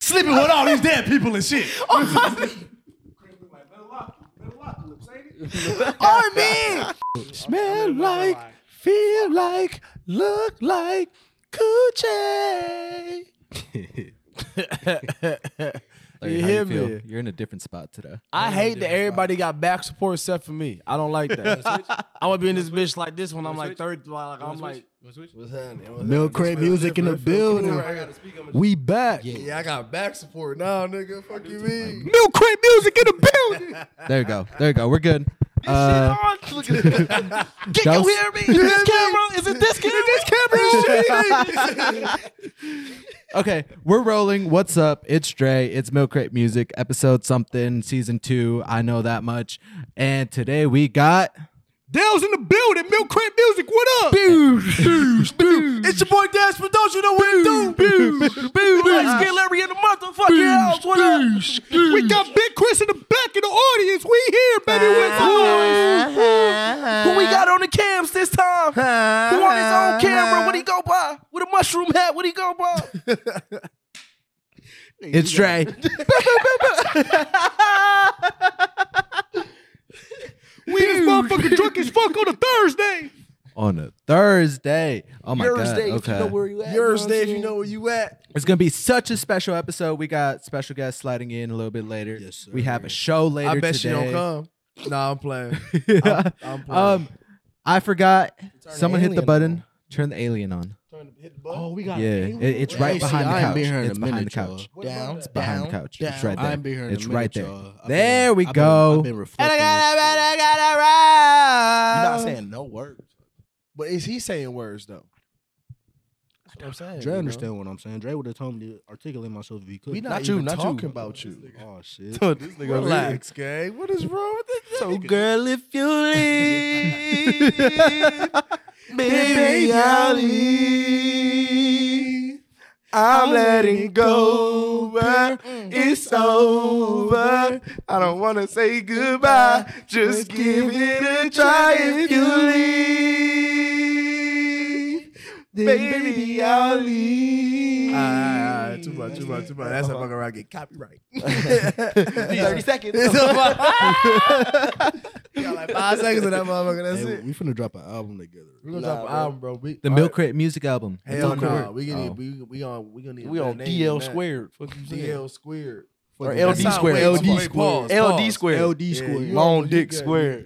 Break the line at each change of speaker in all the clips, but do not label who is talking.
sleeping with all these dead people and shit.
Oh man,
Smell like, feel like, look like coochie.
Larry,
You
how
hear
feel?
me?
You're in a different spot today.
I hate that everybody got back support except for me. I don't like that. I want to be in this bitch like this when I'm like third. Like, I'm like,
Milk crate music in the building.
we back.
Yeah, I got back support now, nigga. Fuck you mean?
Milk crate music in the building. there you go. There you go. We're good. Uh,
Can
Those-
you hear me? Is this camera? Is it this camera? this camera?
okay, we're rolling. What's up? It's Dre. It's Milk Crate Music, episode something, season two. I know that much. And today we got
Dale's in the building. Milk crate music. What up?
it's your boy Dash for those you know what to do. Let's get Larry in the motherfucking house. What up?
We got Big Chris in the back in the audience. We here, baby. What's up? Uh-huh.
Who we got on the cams this time? Who on his own camera? What he go by? With a mushroom hat? What he go by?
It's Dre.
We this motherfucker drunk as fuck on a Thursday.
on a Thursday. Oh my
Thursday,
god.
if you
Okay.
know where you at.
Yours,
you know what I'm
Dave. You
saying?
know where you at?
it's gonna be such a special episode. We got special guests sliding in a little bit later.
Yes, sir.
We have a show later.
I bet
today.
she don't come. Nah, I'm playing.
come.
I'm playing.
um, I forgot.
the
Someone hit the
alien
button.
on.
Turn the alien on.
oh, we
Yeah, it- it's
Hey,
right
see,
behind
I
the
ain't
couch.
been here in
It's
a
behind the
minute,
couch.
y'all. Down,
It's behind the
down,
couch.
down.
It's right there.
I ain't been here in a
it's right
minute,
there.
y'all. I've been-
There we
I've been-
go.
I've been reflecting on this shit. You're
Um,
not saying no words.
But is he saying words though?
That's what I'm saying.
Dre
you know?
understand what I'm saying. Dre would have told me to articulate myself if he could.
We not,
Not you,
even
not you.
talking about you.
Oh shit.
Relax, gang. What is wrong with this?
So
nigga?
girl, if you leave, baby, I'll leave. I'm letting go. but It's over. I don't wanna say goodbye. Just give it a try if you leave, baby, I'll leave.
Ah, ah, ah, too much, too much, too much. That's how fucking around get copyright.
Mm,
Thirty seconds.
It's over. Got like five seconds of that motherfucker. That's
Hey,
it.
we finna drop an album together.
We're gonna drop an album, bro. We,
The Milk Crate music album.
Hell
Milk
no,
Crate.
we gonna
Oh.
we we on we gonna need a
We
better
on
name than
DL
that.
squared. Fuck you saying?
DL squared
Or
Fucking
LD
LD
squared.
squared.
Wait,
LD
pause,
squared.
pause,
LD
pause.
squared.
LD
Yeah,
Square.
you
Long
you
dick
good.
squared.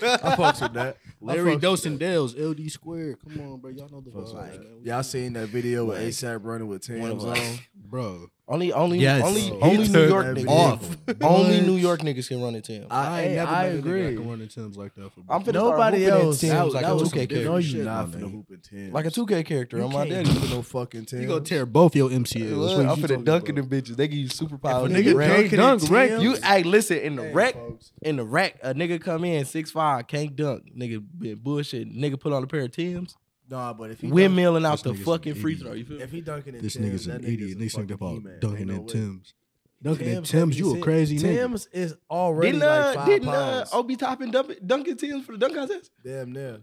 I fucks with that.
Larry
fucks
Dos and Dales, LD Square. Come on, bro. Y'all know the vibes. man. We-
Y'all seen that video with ASAP running with
One
Tim's
of
on?
us. Bro.
Only, only,
Yes.
only,
He
only New
turned
York
that
niggas.
off.
Only New York niggas can run into him.
I,
ain't never
I
met a nigga that
agree.
can run in Tim's like that for
I'm finna
Nobody
start hooping
else.
at Tim's
That
like
that
a
was
2K character.
No, you
Shit,
not
my
finna
nigga.
hoop in Tim's.
Like a 2K character.
You
on my
can't
daddy.
hoop in no fucking Tim's.
You gonna tear both your MCLs. That's what
I'm
you
finna
talking
dunk in
about.
them bitches. They give you superpowers.
If a nigga
Rack-
dunking at
dunk, rack-
Tim's-
You, hey, listen, in the
Damn,
rack,
folks.
in the rack, a nigga come in, 6'5", can't dunk. Nigga been bullshit. Nigga put on a pair of Tim's,
Nah, but if he dunk,
windmilling out
This
the
nigga's an
fucking free
idiot.
throw. You feel me?
if he dunking at
This
Tim's,
nigga's an
that nigga's
idiot.
a
They think
fucking
about
He-Man.
dunking
Ain't
at
no way.
Tim's. Dunking at
like
Tim's, you a
said,
crazy nigga.
Tim's is already
Didn't,
like
uh,
five
didn't uh,
pounds.
Obi Toppin dump it, dunk at Tim's for the dunk contest?
Damn near.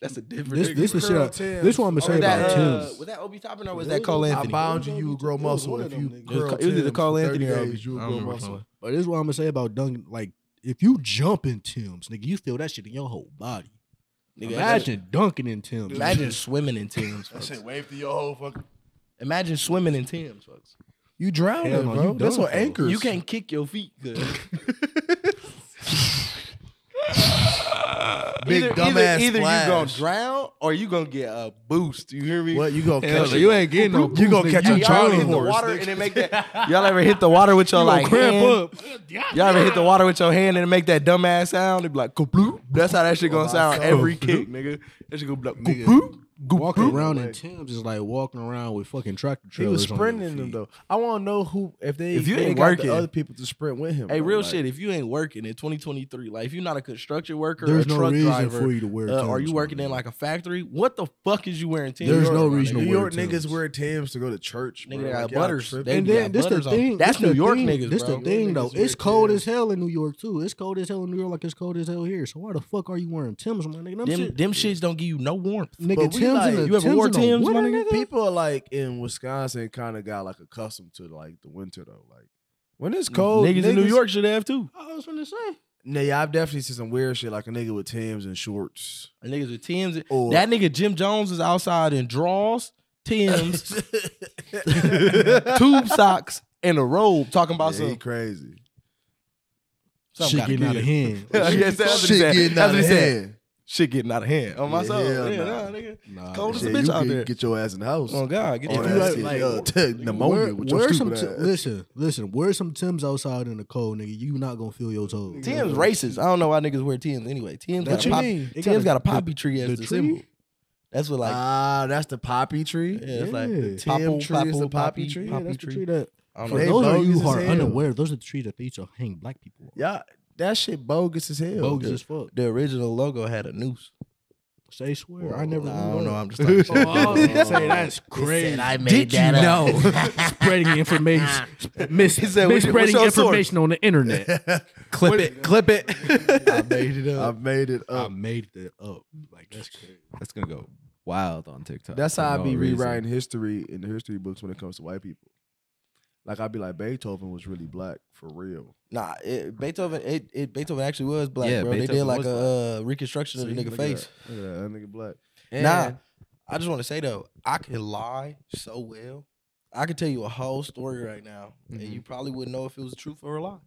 That's a different
This
nigga.
this the shit. I-
Curl Tim's.
This what I'm
Or
gonna say
was that,
about
uh,
Tim's.
was that Obi Toppin or was that Cole
I
Anthony?
bound you, you would grow muscle if you
It was-
curl
it was either
Tim's
Cole
for
Anthony
30
or-
days, you would
I don't
grow
remember which
muscle.
one.
But this is what I'm gonna say about dunking. Like, if you jump in Tim's, nigga, you feel that shit in your whole body.
Nigga,
Imagine dunking in Tim's.
Imagine swimming in Tim's. Folks.
wave through your whole fucking.
Imagine swimming in Tim's, folks.
You drown
Hell
it,
no,
bro.
you
That's
done,
what
bro.
anchors.
You can't kick your feet. 'cause-
Big
either,
dumbass
Either, either
splash.
you gonna drown or you gonna get a boost. You hear me?
What you gonna
Hell
catch?
no,
it.
you
ain't getting no
You gonna
boost,
catch
nigga.
a
You
Y'all
Charlie
hit the
horse?
water
nigga.
and it make that. Y'all ever hit the water with your like hand? Y'all ever hit the water with your hand and it make that dumbass sound? It be like kabloop. That's how that shit
Oh,
gonna sound every kick, nigga. That shit gonna be like
Nigga.
kabloop.
Walking around in Tim's is like walking around with fucking tractor
He
trailers.
was sprinting them though. I want to know who if they
If you
they
ain't
got the
working-
other people to sprint with him.
Hey,
bro,
real
like,
shit. If you ain't working in 2023, like if you're not a construction worker,
There's
a
no
truck
reason
driver,
for you to wear.
uh, are
Tim's,
you
my
working in
nigga.
like a factory? What the fuck is you wearing? Tim?
There's
York?
no
my
reason to
New
wear
York
Tim's.
niggas wear Tims to go to church.
Nigga,
bro.
they got
Like, y'all
butters.
tripping.
They
And
got
then this the
butters on.
thing.
That's
this the
New York
thing-
niggas,
This
bro.
the thing
Niggas
though.
wear
It's cold
Tim's.
as hell in New York too. It's cold as hell in New York, like it's cold as hell here. So why the fuck are you wearing Tim's, my nigga? Them
Them,
shit-
them shits don't give you no warmth.
nigga,
But we
Timbs
like,
in the-
you ever
Timbs
wore
in the
Timbs, my
winter,
nigga?
nigga?
People like in Wisconsin kind of got like accustomed to like the winter though. Like when it's cold,
niggas, in New York should have too.
I was gonna say.
Nah, yeah, I've definitely seen some weird shit like a nigga with Timbs and shorts.
Niggas with Tims. and-
Or
That nigga Jim Jones is outside in draws, Tims, tube socks, and a robe talking about
yeah, he
some.
crazy.
Shit
gotta
getting
be
out of hand.
Yes, that's what he said.
getting
That's
out
what
of
he said.
hand.
Shit getting out of hand. On my
Yeah,
soul.
hell
Yeah,
nah.
nah, nigga.
Nah,
Cold as a
Shit,
bitch
you
out
get,
there.
get your ass in the house.
Oh God, get
All
your
you
that
like-
shit.
like-
Uh, tech- pneumonia
Wear,
with your
wear some
stupid
t-
ass.
listen, listen. Wear some Timbs outside in the cold, nigga. You not gonna feel your toes.
Tim's racist. I don't know why niggas wear Tim's anyway. Tim's
What
got,
you
a, pop-
mean? It
Tim's
got
got
a-
a, poppy tree as
the
the,
tree? Uh,
symbol. That's what like
Ah, that's the poppy tree.
yeah, it's like
yeah.
the
Tim
popple,
tree is
popple,
the poppy
poppy
tree?
tree.
Yeah,
Yeah,
Poppy
that's the
tree.
tree that.
I
For
They
don't know.
those of you
bogus
who
as
are
hell.
unaware, those are the trees that they used to hang black people. on.
Yeah, that shit bogus as hell.
Bogus as fuck.
The original logo had a noose.
Say swear. I never.
I don't
knew that.
know. I'm just like
Oh, I was gonna say that's
Crazy. I
Did you know?
spreading information, mis-
said, "What's your- what's
spreading
your source?"
information on the internet.
clip it, clip it.
made it up. I made it
I
up.
made that up. Like that's crazy.
That's gonna go wild on TikTok.
That's
for
how I
no
be
reason.
rewriting history in the history books when it comes to white people. Like I'd be like Beethoven was really black for real.
Nah, it, Beethoven. It, it Beethoven actually was black,
Yeah,
bro. they did
Beethoven
like
was
a uh, reconstruction of the
See,
nigga
look at
face.
that. Look at that, that nigga black.
Nah, I just want to say though, I can lie so well. I could tell you a whole story right now, and you probably wouldn't know if it was truth or a lie.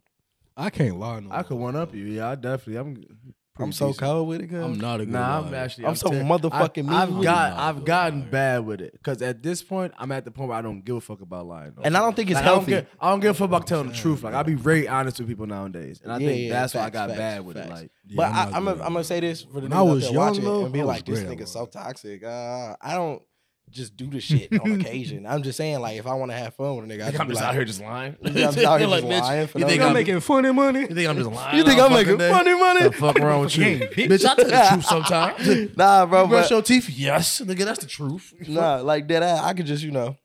I can't lie. No
I could
more.
one up you. Yeah, I definitely. I'm. pretty
I'm so
decent.
cold with it, cuz.
I'm not a good
Nah, I'm
liar.
actually.
I'm so
ter-
motherfucking
I, I've
mean.
got.
You're not
I've
good
gotten
liar.
bad with it because at this point, I'm at the point where I don't give a fuck about lying. no
And I
more.
don't think it's
Like,
healthy.
I don't, give, I don't give a fuck about telling the truth. Like I be very honest with people nowadays, and I
Yeah,
think
yeah,
that's why I
facts,
got
facts,
bad with
facts.
it. Like
but
Yeah, I'm
I, I'm
not
gonna
good.
I'm gonna say this for the
When
niggas
I was
out
young,
there watching
though,
and be
I was
like, this
great at
nigga's so toxic. Uh, I don't just do this shit on occasion. I'm just saying, like, if I want to have fun with a nigga, I just
I'm
be
just
like,
out here just lying.
I'm just out here just lying. For
you
no
think
reason.
I'm making
funny money.
You think I'm just lying?
You think
all
I'm making
fucking day?
funny
The
money?
fuck wrong with you, bitch? I tell the truth sometimes. You
Nah, bro.
brush
But,
your teeth? Yes, nigga. That's the truth.
nah, like that. I, I could just, you know,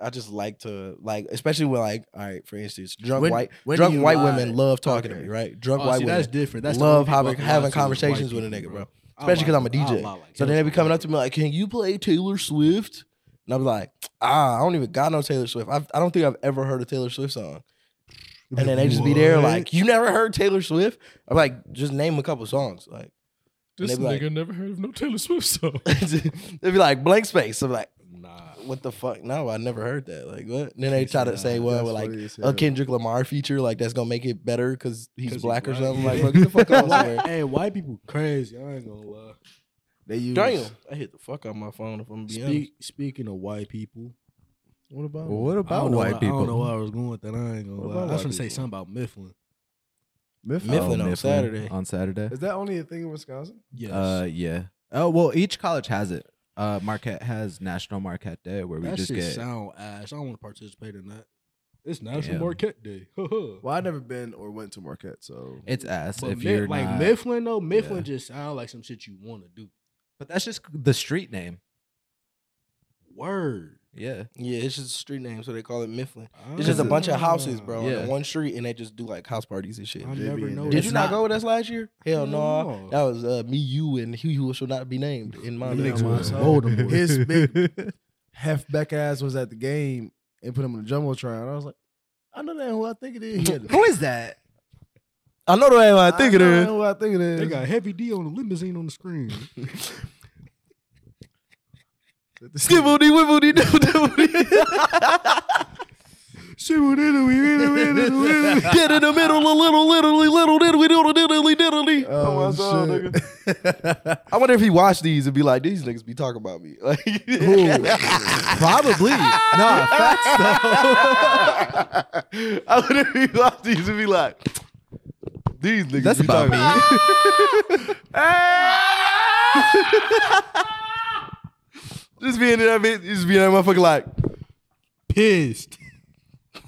I just like to like, especially when like, all right, for instance, drunk
When-
white,
when do
drunk
you
white
lie?
women love talking to
Okay.
me, right? Drunk
Oh,
white
see,
women
that's different. That's the
love
only
having
people I can lie
having
to is white
conversations with a
people,
nigga, bro.
I
Especially because
lie
I'm a
to- I
DJ.
lie like
so then they
hell.
be coming up to me like, "Can you play Taylor Swift?" And I'm like, "Ah, I don't even got no Taylor Swift. I've, I don't think I've ever heard a Taylor Swift song." And then they just be there like, "You never heard Taylor Swift?" I'm like, "Just name a couple songs." Like, and
This
they be like-
nigga never heard of no Taylor Swift song.
they'd be like, "Blank space." I'm like,
nah.
"What the fuck? No, I never heard that." Like, what? And then they try to say, "Well,
That's
like."
funny as hell.
A Kendrick Lamar feature, like that's gonna make it better because he's
'Cause he
black or
black.
something. Like, bro, get the fuck out of somewhere.
Hey, white people crazy. I ain't gonna lie.
They use.
Damn, I hit the fuck out my phone if I'm being honest.
Speak, speaking of white people,
What about?
What
I
about
don't know
white
why- I
people?
don't know where I was going with that. I ain't gonna
What
lie. I
about
was
white
gonna say
people?
something about Mifflin.
Mifflin?
Mifflin on Saturday.
On Saturday.
Is that only a thing in Wisconsin?
Yes.
Uh, yeah. Oh well, each college has it. Uh, Marquette has National Marquette Day, where we
that
just
shit
get
sound
Oh,
ass. I don't want to participate in that. It's National
Damn.
Marquette Day. well,
Well, I've never been or went to Marquette, so
it's ass
but
if
Mif-
you're
like
not-
Mifflin though, Mifflin
Yeah.
just sound like some shit you want to do.
But that's just the street name.
Word.
Yeah.
Yeah, it's just a street name, so they call it Mifflin. It's just a
Ah.
bunch of houses, bro, on
Yeah.
the one street, and they just do like house parties and shit.
I
They be
never
in
know.
there.
Did
it's
you not, go with us last year? Hell
Hell
no.
no.
That was uh, me, you, and he who shall not be named in my
Yeah,
name. Oh.
man.
Niggas was
So-
Voldemort.
his big halfback ass was at the game and put him on the jumbotron. I was like, I know that ain't who I think it is.
Who is that?
I know the way I
I know that ain't Who I think it
They
is?
got heavy D on the limousine on the screen.
Skibbledy, wibbledy, dibbledy. Get in the middle, a little, literally, little, diddly, diddly, diddly, diddly.
Oh, shit.
I wonder if he watched these and be like, these niggas be talking about me. Like,
Probably. no, facts
I wonder if he watched these and be like, these niggas
That's
be
about
talking
me.
Just being in that bitch, just being in that motherfucker like,
Pissed.
they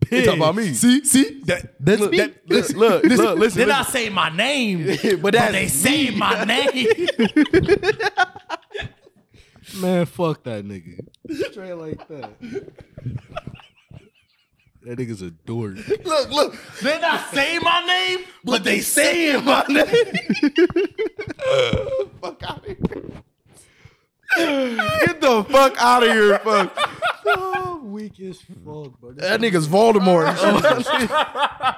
Pissed.
talking about me.
See, see, that,
That's
look,
me.
that- listen,
Look,
listen,
look, listen,
They
listen.
not say my name,
But
but,
that's
they say my name.
Man, fuck that nigga. Straight like that. That nigga's a dork.
Look, look.
they not say my name, but they saying my name.
Fuck out of here.
Get the fuck out of here, fuck.
I'm weak as fuck, bro.
That nigga's Voldemort.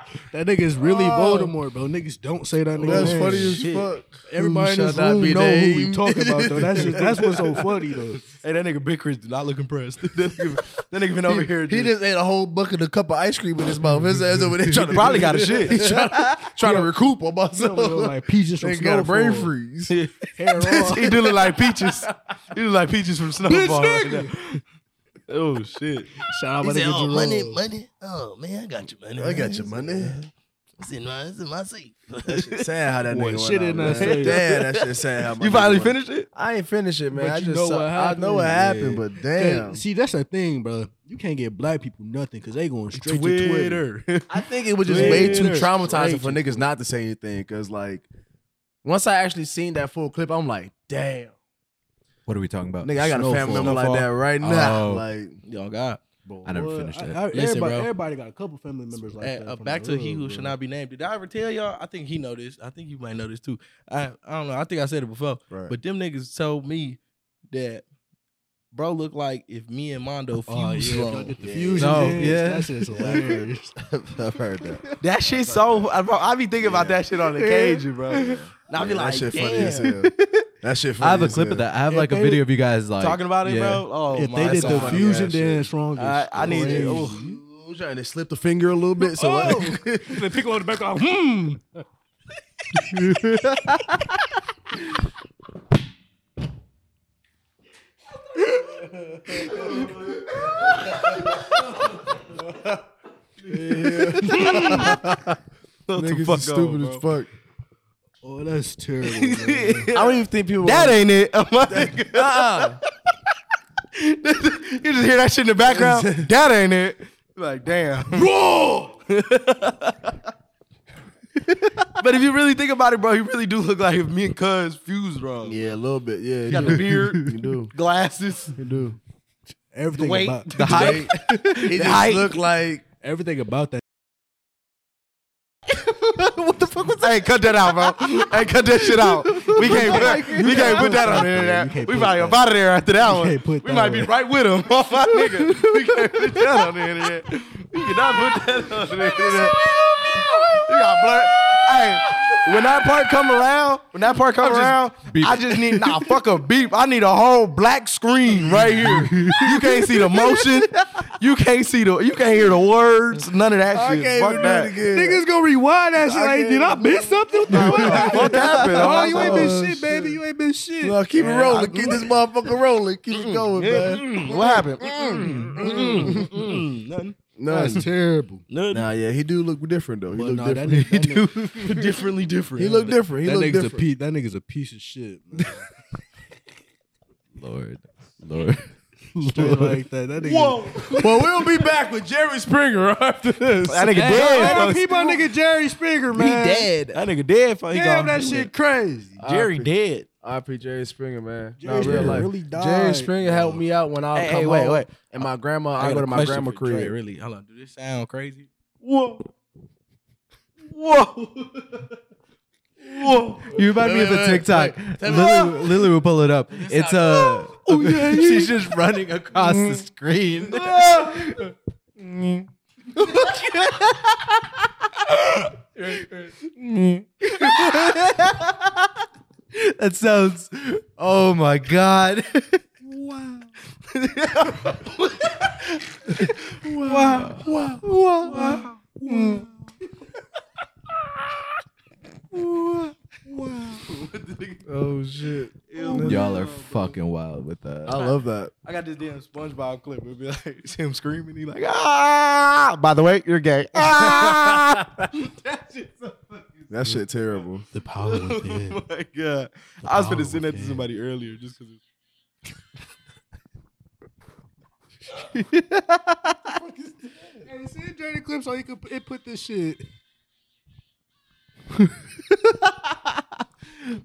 That nigga is really Voldemort, bro. Niggas don't say that nigga.
That's
name.
funny as
Shit.
fuck.
Everybody in
Who
this
shall not
room
be
know who we
named.
talking about though. That's just, that's what's so funny though.
Hey, that nigga Big Chris did not look impressed. that, nigga, that nigga been over here.
He just ate a whole bucket of cup of ice cream in his mouth. His ass over there trying to
Probably got a shit.
He's trying to, trying to recoup on
Yo, yo,
myself.
like peaches from
They got a brain
Snowfall.
freeze.
Hair off.
he do look like peaches. He look like peaches from Snowball. oh shit.
Shout out my
He said,
nigga
"Oh, money,
Jerome.
money. Oh man, I got your money.
I got your money.
It's in my, it's in my seat.
Sad how that
Boy,
nigga
shit
went
in
out,
that
man.
safe.
Damn, that shit sad how my
You
nigga
finally
went.
finished it?
I ain't finished it, man.
But
I
you
just
know
saw-
what
I know what happened,
happened.
but
Hey,
damn.
See, that's the thing, bro. You can't get black people nothing because they going straight to Twitter.
Twitter.
I think it was just way too
Later.
traumatizing for
Straight
niggas not to say anything. Cause like once I actually seen that full clip, I'm like, damn.
What are we talking about?
Nigga, I got a family member like that right now.
Oh.
Like
Y'all got.
I never finished it.
I- I-
Listen,
everybody,
bro.
everybody got a couple family members like that.
uh,
from
back
the
to he
hood,
who
bro.
should not be named. Did I ever tell y'all? I think he know this. I think you might know this too. I I don't know. I think I said it before.
Right.
But them niggas told me that bro looked like if me and Mondo
Oh,
fused
yeah,
wrong.
y'all get the fusion
No,
dance.
yeah.
That shit's hilarious.
I've heard that.
That shit so I- bro, I be thinking about that shit on occasion, bro.
And I be
Yeah,
like,
that shit
damn.
funny as hell. That shit funny
I have a
as
clip of
hell.
that. I have
If
like a
they-
video of you guys like
Talking about it,
yeah.
bro. Oh
if
my
they did
some
the
funny
fusion
ass shit.
dance wrong, it's
I- I need you.
crazy.
Ooh.
Ooh, trying to slip the finger a little bit. So I,
the pickle on the back off. Hmm.
niggas is stupid as fuck.
Oh, that's terrible. man.
I don't even think people.
That ain't it. I'm like, uh-uh. you just hear that shit in the background. that ain't it. Like, damn. but if you really think about it, bro, he really do look like if me and Cuz fused wrong.
yeah, a little bit. Yeah,
Got the beard,
You do.
glasses,
You do.
Everything
weight,
about
the height.
It just
height.
looked like
everything about that.
what the fuck was that? Hey, cut that out, bro. hey, cut that shit out. We can't put, we can't put that on the
You
internet.
can't
We
put
probably
that.
up out of there after that one.
can't put
we
that
might be
on.
right with him. Oh, my nigga. We can't put that on the internet. We cannot put that on the internet. You got blur. Hey, when that part come around, when that part come around, I just need nah fuck a beep. I need a whole black screen right here. You can't see the motion. You can't see the. You can't hear the words. None of that shit. fuck that.
Niggas
gonna rewind that shit.
like, did I
miss something?
What happened?
Oh, you ain't been
Oh,
shit, baby. You ain't been shit.
Well, keep it rolling. Keep this motherfucker rolling. Keep it going, man.
What happened?
No, it's terrible.
No,
Nah, yeah, he do look different though. He
But
look
nah, that
different.
nigga- that nigga-
differently different.
He look different. He
that
look
nigga's a
different.
piece. That nigga's a piece of shit. Man.
Lord, Lord.
Straight like that. That nigga.
But we'll be back with Jerry Springer after this.
That nigga dead. folks.
keep my nigga Jerry Springer, man.
dead.
That nigga dead. folks. He
Damn,
gone.
that shit crazy.
Jerry dead.
RP Jerry Springer, man.
Jerry
Nah,
Springer
real life.
really
Jerry
died.
Springer helped me out when I
Hey,
come
hey, wait,
home.
wait.
And my grandma, I,
got
go
a
to my
question
grandma
for Dre,
crib.
really, hold on. Do this sound crazy?
Whoa. Whoa. Whoa.
You remind me of the TikTok. Lily, Lily will pull it up. It's a. Oh, yeah, she's just running across the screen. that sounds. Oh my god.
Oh shit.
Y'all are fucking wild with that.
I love that.
I got this damn SpongeBob clip. It'd be like it's him screaming. He like ah. By the way, you're gay. Ah. that shit's so fucking.
That shit terrible.
The power
Oh
within.
my god. I was gonna send that to
man.
somebody earlier just because.
Hey, send Dre the clip so you can it put this shit.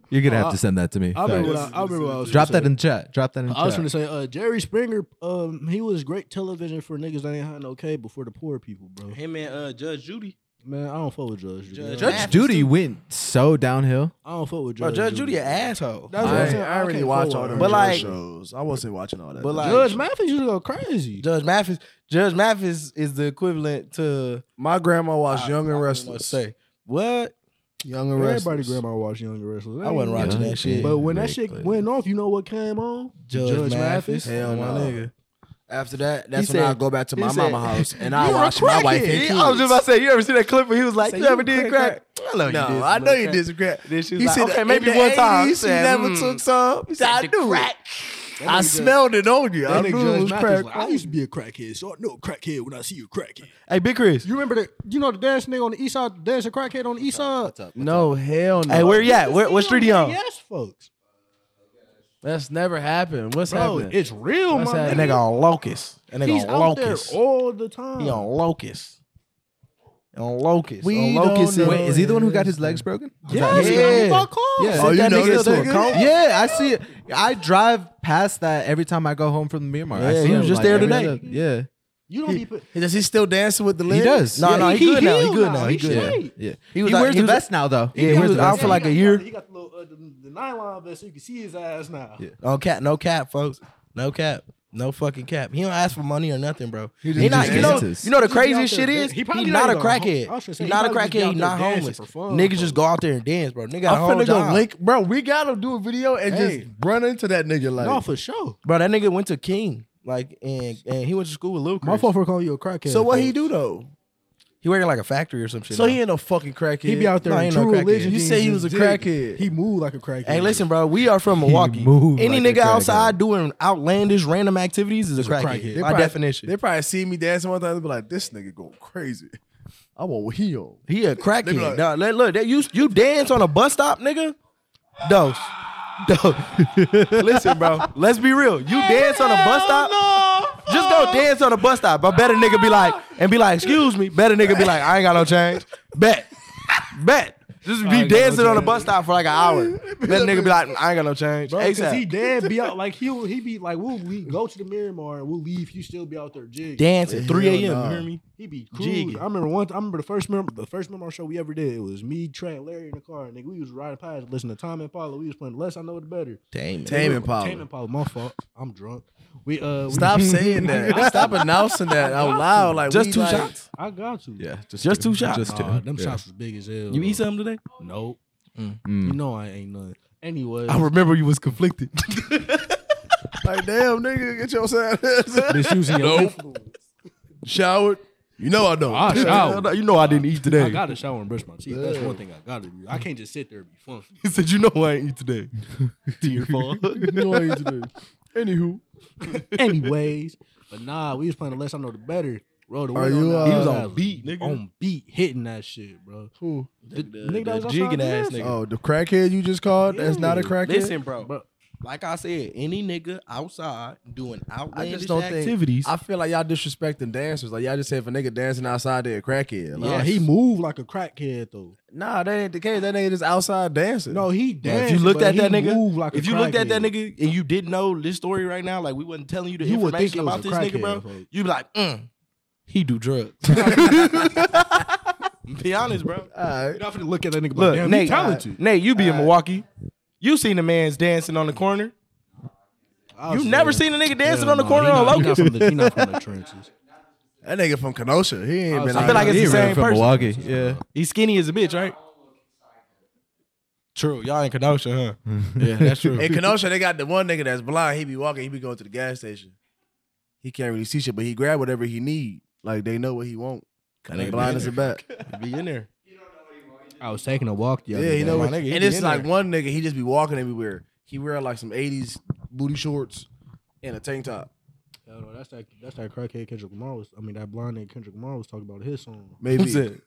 You're gonna
Uh,
have to send that to me.
I remember.
Facts.
What I, I remember. What I was
Drop
gonna
that
say.
in chat. Drop that in
I was
chat.
gonna say, uh, Jerry Springer. Um, he was great television for niggas that ain't had no cable for the poor people, bro.
Him and uh, Judge Judy.
Man, I don't fuck with Judge Judy.
Judge-
I, don't,
Judge Judy went so downhill.
I don't fuck with Judge.
Bro, Judge Judy an asshole.
That's what
I-
I'm saying. I,
I
already
can't
watch
follow
all
her.
them
But
judge
like-
shows. I wasn't watching all that.
But like-
Judge Mathis used to go crazy.
Judge Mathis. Judge Mathis is the equivalent to
my grandma watched Young and
I
Restless.
say what?
Young and Restless.
Everybody grandma watched Younger Wrestlers.
I wasn't
Ain't-
watching
Yeah.
that shit.
But when that
Very
shit
clear.
went off, you know what came on?
Judge Mathis.
Hell no,
My
nigga. After that, that's
He
when I
said-
go back to
he
my
said-
mama house and I watch my wife and kids.
I was just about to say, you ever see that clip where he was like,
Say,
you
you
ever
a
did
crack
crack? I know
no,
did
I
some
know you
crack.
did some crap.
Then she was
He
like,
said,
okay,
"Oh, in
maybe
the
one time.
80s,
She
you
said,
never
"Hmm."
mm.
took some. He said, I knew it. I smelled it on you. I
That
knew
nigga
it
Judge
was
Mathis
crack.
like, I used to be a crackhead, so I know a crackhead when I see you crackhead.
Hey, Big Chris.
You remember that? You know the dance nigga on the east side, dancing crackhead on the east side.
No, hell no.
Hey, where you at? Where, what street he on?
Yes, folks.
That's never happened. What's
Bro,
happening?
it's real,
What's
my
happening?
nigga.
And they
on locust. And they
He's out there all the time.
He on locust. On locust.
We
on
don't
locust.
know.
Wait, is he the one who got his legs broken?
Yes,
Yeah.
yeah. got caught.
Yeah.
Oh, you
that
know
nigga
this
to a
nigga?
cone?
Yeah, I see it. I drive past that every time I go home from the Miramar. I
Yeah,
see
he
him,
was just
like,
there
every
today.
other- Yeah,
You don't even.
Does he still dancing with the
he
lid?
does.
No,
yeah,
no, he,
he
good now. He
healed
good
now.
now. Oh, He
He
good. now.
straight.
yeah.
He
He,
was out-
wears
he
the
was-
vest now, though.
Yeah, he was out for like a year.
He got the little uh, the, the nylon vest, so you can see his ass now.
Yeah.
No cap, no cap, folks. No cap. No fucking cap. He don't ask for money or nothing, bro. He,
just-
not,
he
you, know,
just
you
dances.
know the
He just be out
craziest
there
shit is
dan- he
he,
probably
not
not
a
even a hom-
crackhead.
I was gonna
he
say, he
not a
probably just be
crackhead.
out
He
there
not
dancing
homeless.
for fun,
Niggas
bro.
just go out there and dance, bro. Nigga got
I'm
a whole
finna
job.
go link, bro. We gotta do a video and
Hey.
just run into that nigga like.
No, for sure.
Bro, that nigga went to King, like, and and he went to school with Lil
My
Chris.
fault for calling you a crackhead.
so what
folks.
he do though?
He working like a factory or some shit.
So
now.
he ain't no fucking crackhead.
He be out there
No,
in
ain't no
true
crackhead.
religion.
You
jeans
say he
and
was a
dick.
crackhead.
He moved like a crackhead.
Hey, listen, bro. We are from Milwaukee.
moved
Any
like a
nigga outside
crackhead.
doing outlandish random activities is a
a
crackhead.
crackhead.
By
probably-
definition,
They probably see me dancing one time and be like, this nigga going crazy. I'm a heel.
he a
They be
crackhead.
like-
Nah, look, look, that- you you dance on a bus stop, nigga. Dose, dose. Listen, bro. Let's be real. You dance on a bus stop. Just go dance on a bus stop. But better nigga be like and be like, excuse me. Better nigga be like, I ain't got no change. Bet, bet. Just be dancing on a bus stop for like an hour. That nigga be like, I ain't got no change.
Bro,
ASAP.
because he dead be out like he'll he be like we'll leave, go to the Miramar and we'll leave. You still be out there jigging.
dance at 3 a.m.
nah.
You hear me?
He be
Jigging.
cruising. I remember one. I remember the first Miramar, the first Miramar show we ever did. It was me, Trey, and Larry in the car. Nigga, we was riding past, listening to Tom and Paula. We was playing. Less I know, the better.
Damn.
Tame and
Tame
Paula.
and Paula. My fault. I'm drunk. We uh. we-
Stop saying that. Stop announcing that out loud. Like
Just
we
two
like-
shots.
I got you.
Yeah, just,
Just
two.
two shots.
Just two.
Nah, them
Yeah.
shots was big as hell.
You
though.
eat something today?
Nope.
Mm.
You know I ain't none. Anyway,
remember you was conflicted.
Like damn, nigga, get your ass.
misusing your
Nope.
influence.
Showered. You know I don't.
I showered.
you know I didn't eat
I
today.
gotta shower and brush my teeth. That's one thing I gotta do. I can't just sit there and be funky.
He said, "You know I ain't eat today." Tearful.
Anywho,
Anyways, but nah, we was playing the less I know the better. Bro, the
Are
way
you,
that
uh, He was
on beat, nigga.
On beat, hitting that shit, bro.
Who?
the
The, nigga that was outside
jigging ass
dancing.
Oh, the crackhead you just called? That's not a
Yeah.
crackhead.
Listen, bro.
Bro,
Like I said, any nigga outside doing
I
outlandish
just don't think
activities.
I feel like y'all disrespecting dancers. Like y'all just say if a nigga dancing outside, they a crackhead. Like,
nah, he moved like a crackhead though.
Nah, that ain't the case. That nigga just outside dancing.
No, he
Bro,
danced.
if you looked
but
at
he
that nigga,
moved like a
if you looked at that
crackhead.
nigga and you didn't know this story right now, like we wasn't telling you the
You would think
information
it was
about
a
this nigga, bro,
crackhead, folks.
you'd be like, mm, "He do drugs." be honest, bro.
All right.
You're not finna look at that nigga.
Look,
Look, damn,
Nate,
he talented.
Nate, you be in Milwaukee. You seen the man's dancing on the corner.
I
You
was
never
saying,
seen a nigga dancing
hell
on the
nah,
corner
he
on
not- he
Locust.
not from the- he not from the trenches.
That nigga from Kenosha. He ain't been.
Oh, I feel like it's
He
the
ran
same
from
person.
Milwaukee. Yeah,
He's skinny as a bitch, right? True. Y'all in Kenosha, huh? yeah, that's true.
in Kenosha. They got the one nigga that's blind. He be walking. He be going to the gas station. He can't really see shit, but he grab whatever he need. Like they know what he want. That nigga blind as a bat.
be in there.
I was taking a walk the other
Yeah, you
day.
know
my
what?
nigga, he
and
be
it's
in
like
there.
one nigga. He just be walking everywhere. He wear like some '80s booty shorts and a tank top.
Hell no, that's that that's that crackhead Kendrick Lamar was. I mean, that blind nigga Kendrick Lamar was talking about his song.
Maybe.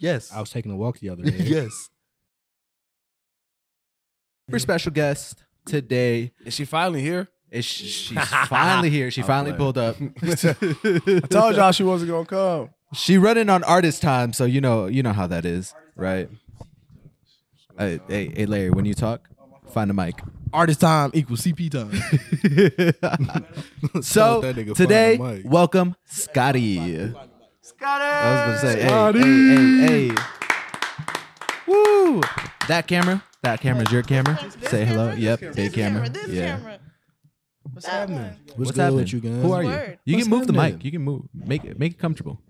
yes.
I was taking a walk the other day.
yes.
super special guest today.
Is she finally here?
Is she, she's finally here. She finally
playing.
pulled up.
I told y'all she wasn't gonna come.
She running on artist time, so you know you know how that is, right? Hey, hey, hey, Larry, when you talk, find a mic.
Artist time equals CP time.
so
that nigga find a
today,
mic.
welcome Scotty. I was gonna say, hey, hey, hey, hey. Woo! That camera, that camera's your camera.
This
Say hello.
camera,
Yep,
this
big camera.
This
yeah.
camera. What's happening?
What's happening? you guys? Who are you?
Word.
You can move the
happening?
mic. You can move. Make it make it comfortable.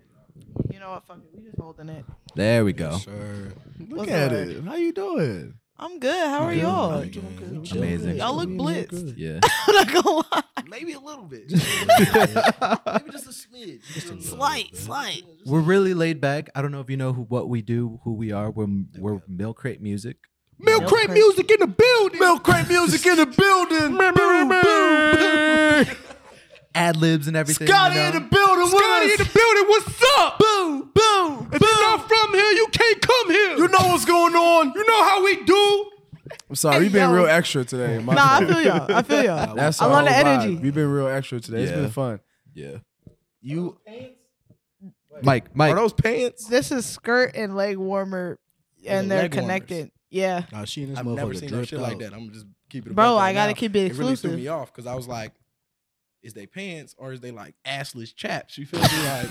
You know what? Fuck it. We just holding it.
There we go.
Look
What's
at
up?
it. How you doing?
I'm good. How are y'all?
Amazing.
Y'all look blitzed.
Yeah.
I'm not gonna lie.
Maybe a little bit. Maybe just a smidge.
Slight, slight.
We're really laid back. I don't know if you know who what we do, who we are. We're we're Milk Crate Music.
Milk crate music in the building.
Milk crate music in the building.
Ad libs and everything. you
Scotty
know?
in the building. with
Scotty
us.
in the building. What's up? Boom, boom. If you're not from here, you can't come here.
You know what's going on.
you know how we do.
I'm sorry, we've been real extra today. My
Nah, I
fault.
feel y'all. I feel y'all.
That's
I
our
love the
whole vibe.
energy.
We've been real extra today. It's
Yeah.
been fun.
Yeah.
You
Mike, Mike.
are those pants?
This is skirt and leg warmer, and
the
they're
leg warmers.
connected. Yeah,
Nah, she and this
I've
motherfucker
never seen no
dripped
shit
out.
like that. I'm just keeping it.
bro.
above
I
right
gotta
now.
keep it
It really
exclusive.
threw me off because I was like, is they pants or is they like assless chaps? You feel me?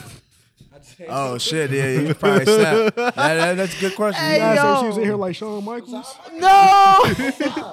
Like, I just ain't-
Oh shit! Yeah, yeah, you probably snap. That- that- that's a good question.
Hey,
Yeah, so
yo.
she was in here like Shawn Michaels.
no,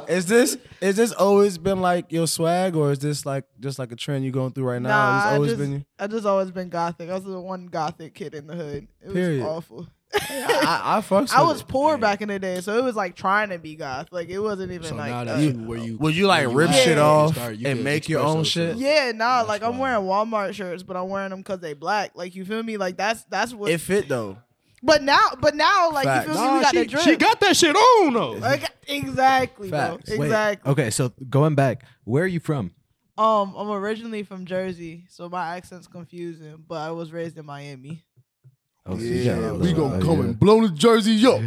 Is this is this always been like your swag, or is this like just like a trend you going through right now?
Nah,
It's
I
always
just-
been.
I just always been gothic. I was the one gothic kid in the hood. It was
Period.
awful.
I, I fucks.
I
with
was
it.
poor back in the day, so it was like trying to be goth. Like it wasn't even
So
like
now
uh,
that you where you
Would you like
where
rip
Yeah.
shit
you
off
start, you
and
could
make your
express
own
yourself.
shit?
yeah, nah.
That's
Like I'm
fine.
wearing Walmart shirts, but I'm wearing them because they black. Like you feel me? Like that's that's what.
It fit though.
but now, but now, like
Facts.
you feel me?
Nah,
we got
she,
the drip.
she got that shit on though.
like, exactly,
Facts.
bro.
Wait,
Exactly.
okay, so going back, where are you from?
Um, I'm originally from Jersey, so my accent's confusing, but I was raised in Miami.
Oh, so you got a
Yeah,
little-
we
oh,
gonna come
yeah.
and blow the jersey up.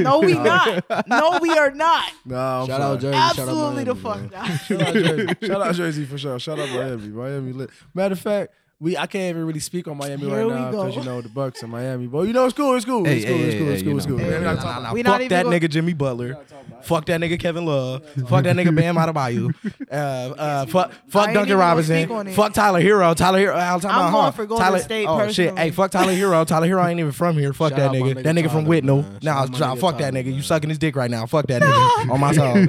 No, we not. No, we are not.
nah, I'm
Shout out
fine.
Jersey.
Absolutely
shout out
the fuck not.
Shout out Jersey. Shout out Jersey for sure. Shout out Miami. Miami lit. Matter of fact, we I can't even really speak on Miami
Here
right
we
now
go.
because you know the Bucks in Miami. But you know it's cool. It's cool.
Hey,
it's cool.
hey,
it's cool.
hey,
it's
hey,
cool.
you
it's
know.
cool.
Hey,
We're
hey,
not
nah,
talking
nah,
about-
We not
Fuck
even
that
gonna-
nigga Jimmy Butler. Fuck that nigga Kevin Love. Fuck that nigga Bam Adebayo. Uh, uh, fuck
I
fuck
ain't
Duncan
even gonna speak on
Robinson.
it.
Fuck Tyler Hero. Tyler Hero. I'm, talking
I'm
about,
going
huh?
for Golden
Tyler,
State
Oh shit.
personally.
Hey, fuck Tyler Hero. Tyler Hero ain't even from here. Fuck
Shout
that
out my
nigga.
nigga
That nigga from
Tyler,
Whitnell.
man. Shout
Nah,
out my
nah,
nigga
fuck that
Tyler,
nigga. You
man.
sucking his dick right now. Fuck that nigga. On my song.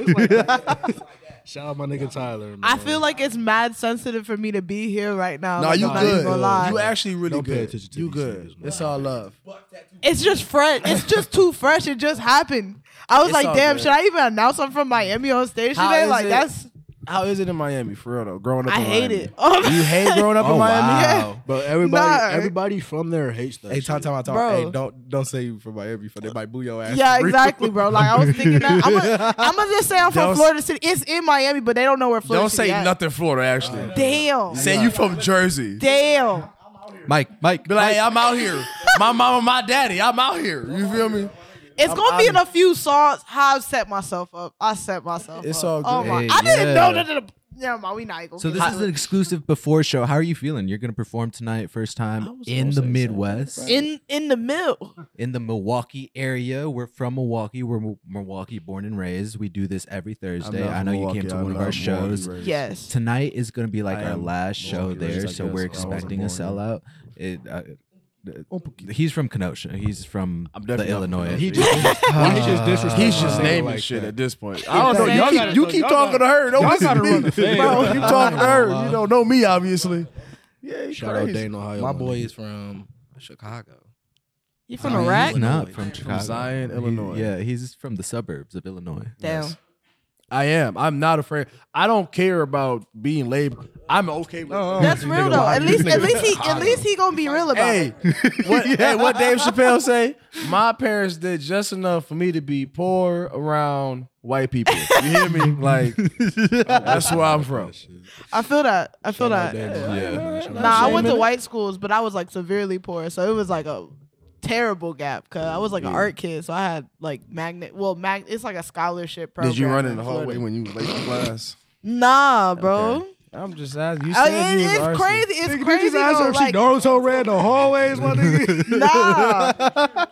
Shout out my nigga Tyler. Man.
I feel like it's mad sensitive for me to be here right now.
Nah,
like,
you
I'm not even
good.
gonna lie.
You actually really
Don't pay
good.
attention to
you
these
good.
niggas, man.
It's all love.
it's just fresh. It's just too fresh. It just happened. I was
It's all
like, damn,
good.
should I even announce I'm from Miami on stage
How
today?
is
Like
it-
that's
How is it in Miami for real though? Growing up,
I
in
hate
Miami?
it. Um,
You hate growing up
Oh,
in Miami?
But everybody,
Nah.
everybody from there hates that.
Hey,
shit.
time, time, time.
Bro.
Hey, don't don't say you from Miami for they might boo your ass.
Yeah,
for real.
exactly, bro. Like I was thinking that. I'm gonna, I'm gonna just say I'm from
Don't-
Florida City. It's in Miami, but they don't know where Florida
Don't
City
say
at.
nothing Florida actually.
Uh, Damn.
Say you from Jersey.
Damn.
Mike, Mike,
Be like, "Hey, I'm out here. My mama, my daddy, I'm out here. You feel me?
It's gonna be in a few songs. How I've set myself up. I set myself
It's all
up.
good.
Oh my!
Hey,
I didn't know
yeah.
that. it- Never mind. We not even gonna.
So
get
this
into
is an exclusive before show. How are you feeling? You're gonna perform tonight, first time in the Midwest,
it. in in the mill.
in the Milwaukee area. We're from Milwaukee. We're Mil- Milwaukee born and raised. We do this every Thursday. I know you came to one of our shows.
Yes.
Tonight is gonna be like
I
our
am
last show
Milwaukee
there,
raised, I
so
guess.
we're
I wasn't
expecting a
born
sellout. It. Uh, He's from Kenosha. He's from
I'm
the
definitely not from Kenosha.
Illinois. He
He
just,
He's just disrespecting.
He's just
people
naming
like
shit
that.
at this point. I don't know.
Y'all
You
gotta-
keep, you keep talking to her. Don't
y'all
listen
gotta
to me.
run the fam.
Bro, you talking to her. You don't know me, obviously. Yeah, you
Shout out
crazy.
Dane, Ohio.
My
nigga.
boy is from Chicago.
You from
I mean,
Iraq?
he's not
Illinois.
from
From
Chicago.
Zion,
He-
Illinois.
Yeah, he's from the suburbs of Illinois.
Damn.
I am. I'm not afraid. I don't care about being labeled. I'm okay with it.
That's real though. At least at least he at least he gonna be real about
Hey,
it.
what, hey, what Dave Chappelle say? My parents did just enough for me to be poor around white people. You hear me? Like that's where I'm from.
I feel that. I feel that.
Yeah.
Nah, I went to white schools, but I was like severely poor, so it was like a terrible gap. Cause I was like an art kid, so I had like magnet. Well, mag. It's like a scholarship program.
Did you run in the
Florida.
hallway when you was late for class?
Nah, bro.
I'm just asking. You
I-
said
Uh, it-
you was
it's
arson.
crazy. It's crazy.
you just asked
though,
her if she
like,
knows how ran the hallways, my nigga.
Nah.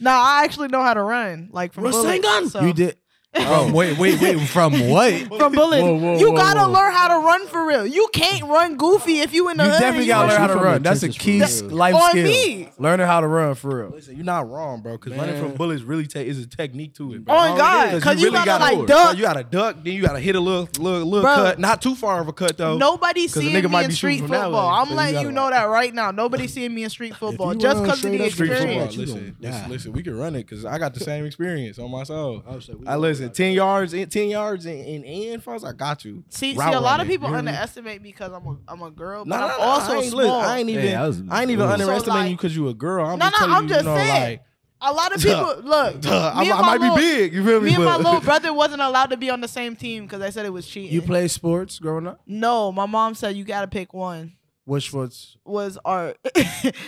nah, I actually know how to run. Like from bullets, so-
You did.
From wait, wait, wait. From what?
from bullets.
Whoa, whoa,
you
whoa,
gotta
whoa.
learn how to run for real. You can't run goofy if you in the
You
hood. and
definitely gotta
you-
learn how to
from the
run. That's a
trenches
key
for
s-
real.
life
On
skill.
me.
Learning how to run for real.
Listen, you're not wrong, bro. Because running from bullets really take is a technique to it, bro.
Oh, God, because you,
really
gotta like
bro,
duck.
you gotta duck, then you gotta hit a little, little, little
Bro.
cut. Not too far of a cut though.
Nobody
the
seeing
nigga
me
might
in
be
street
shooting from that
football.
way,
I'm
but
letting
you
you
gotta-
know that right now. Nobody seeing me in street football
you
just
run
because of
straight
the
up street football,
experience.
you
Listen,
gonna
listen,
die.
listen, we can run it because I got the same experience on my soul.
I was like, we
I
gonna
listen,
die.
ten yards, in, ten yards, and in, in, in fouls, I got you.
See,
Route
see, a lot
running,
of people
you hear me?
underestimate me because I'm a I'm a girl, but
No, no,
I'm
no,
also
I ain't,
small.
listen, I ain't even,
Yeah, I was-
I ain't even
So,
underestimating
like-
you because you a girl. I'm
No,
just
no,
telling
I'm
you,
just
you know,
saying.
like,
a lot of people look.
duh, I,
me and
I
my
might
little-
be big. You feel me?
Me and my
But-
little brother wasn't allowed to be on the same team because they said it was cheating.
You play sports growing up?
No, my mom said you gotta pick one.
Which sports?
Was art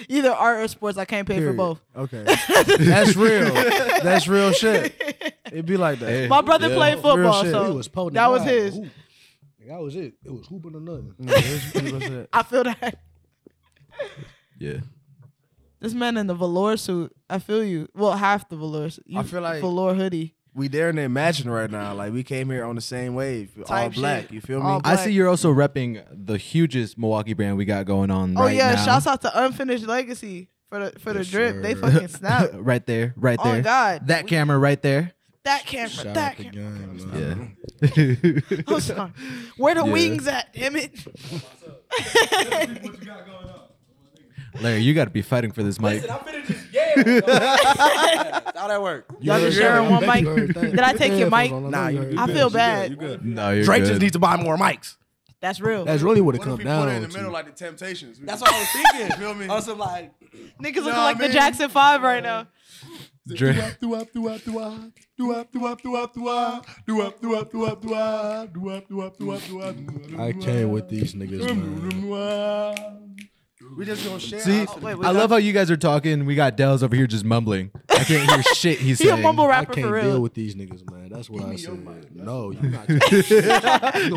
either art or sports? I can't pay for
Period.
both.
Okay. That's real. That's real shit. It'd be like that. Mm,
My brother played football,
shit.
so
We was potent
that was
live.
his.
Hoop. Like, that was it. It was hooping or nothing.
Yeah, that's pretty much it.
I feel that
Yeah.
this man in the velour suit. I feel you. Well, half the velour. suit. You,
I feel like-
velour hoodie.
we there in the imagine right now. Like we came here on the same wave, all
Type
black.
shit.
You feel me?
All
I
But-
see you're also repping the hugest Milwaukee brand we got going on.
Oh
right
yeah!
now.
Shouts out to Unfinished Legacy for the for the drip. They fucking snap.
right there, right
Oh,
there.
God.
that
We-
camera right there.
that camera. that camera.
Yeah.
I'm sorry. Where the
Yeah.
wings at? Damn it!
Larry, you got to be fighting for this mic.
How that work?
Y'all just sharing one mic. Did I take your mic?
Nah,
you
I feel bad.
No, you're
Drake
good.
just needs to buy more mics.
That's real.
That's really what it comes down to.
like the Temptations?
That's what I was thinking. feel me? Also, like,
Niggas looking
Nah,
like the
man.
Jackson Five right now.
Drake-
I came with these niggas, man.
we just gonna share.
See,
Oh, wait, we
I
got-
love how you guys are talking. We got Dell's over here just mumbling. I can't hear shit he's
He a
saying.
mumble
I
rapper
can't
for
deal
real.
with these niggas, man. That's what I said. No, you not.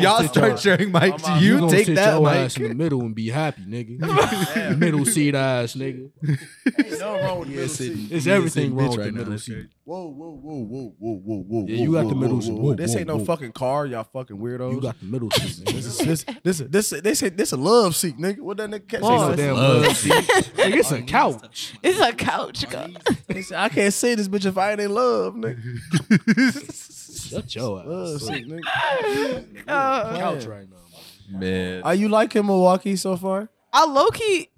Y'all start sharing mics.
You
You
gonna
take
sit
that
your
mic.
ass in the middle and be happy, nigga. middle seat ass, nigga.
no wrong with middle seat.
It's everything wrong with the middle seat.
Whoa, whoa, whoa, whoa, whoa, whoa, whoa.
Yeah, you
whoa,
got the
whoa,
middle
whoa,
seat.
whoa.
Whoa,
This
whoa,
ain't no
whoa.
fucking car, y'all fucking weirdos.
You got the middle
this,
seat, nigga.
this, this, this, this, this, this a love seat, nigga. What that nigga catch?
Ain't
Pause.
no damn love seat. Like, it's a couch.
It's a couch. girl.
They say, I can't say this bitch if I ain't in love, nigga.
Shut your
Love
ass. up.
seat, nigga.
Uh,
Couch right now, man.
Man,
Are you liking Milwaukee so far?
I low key,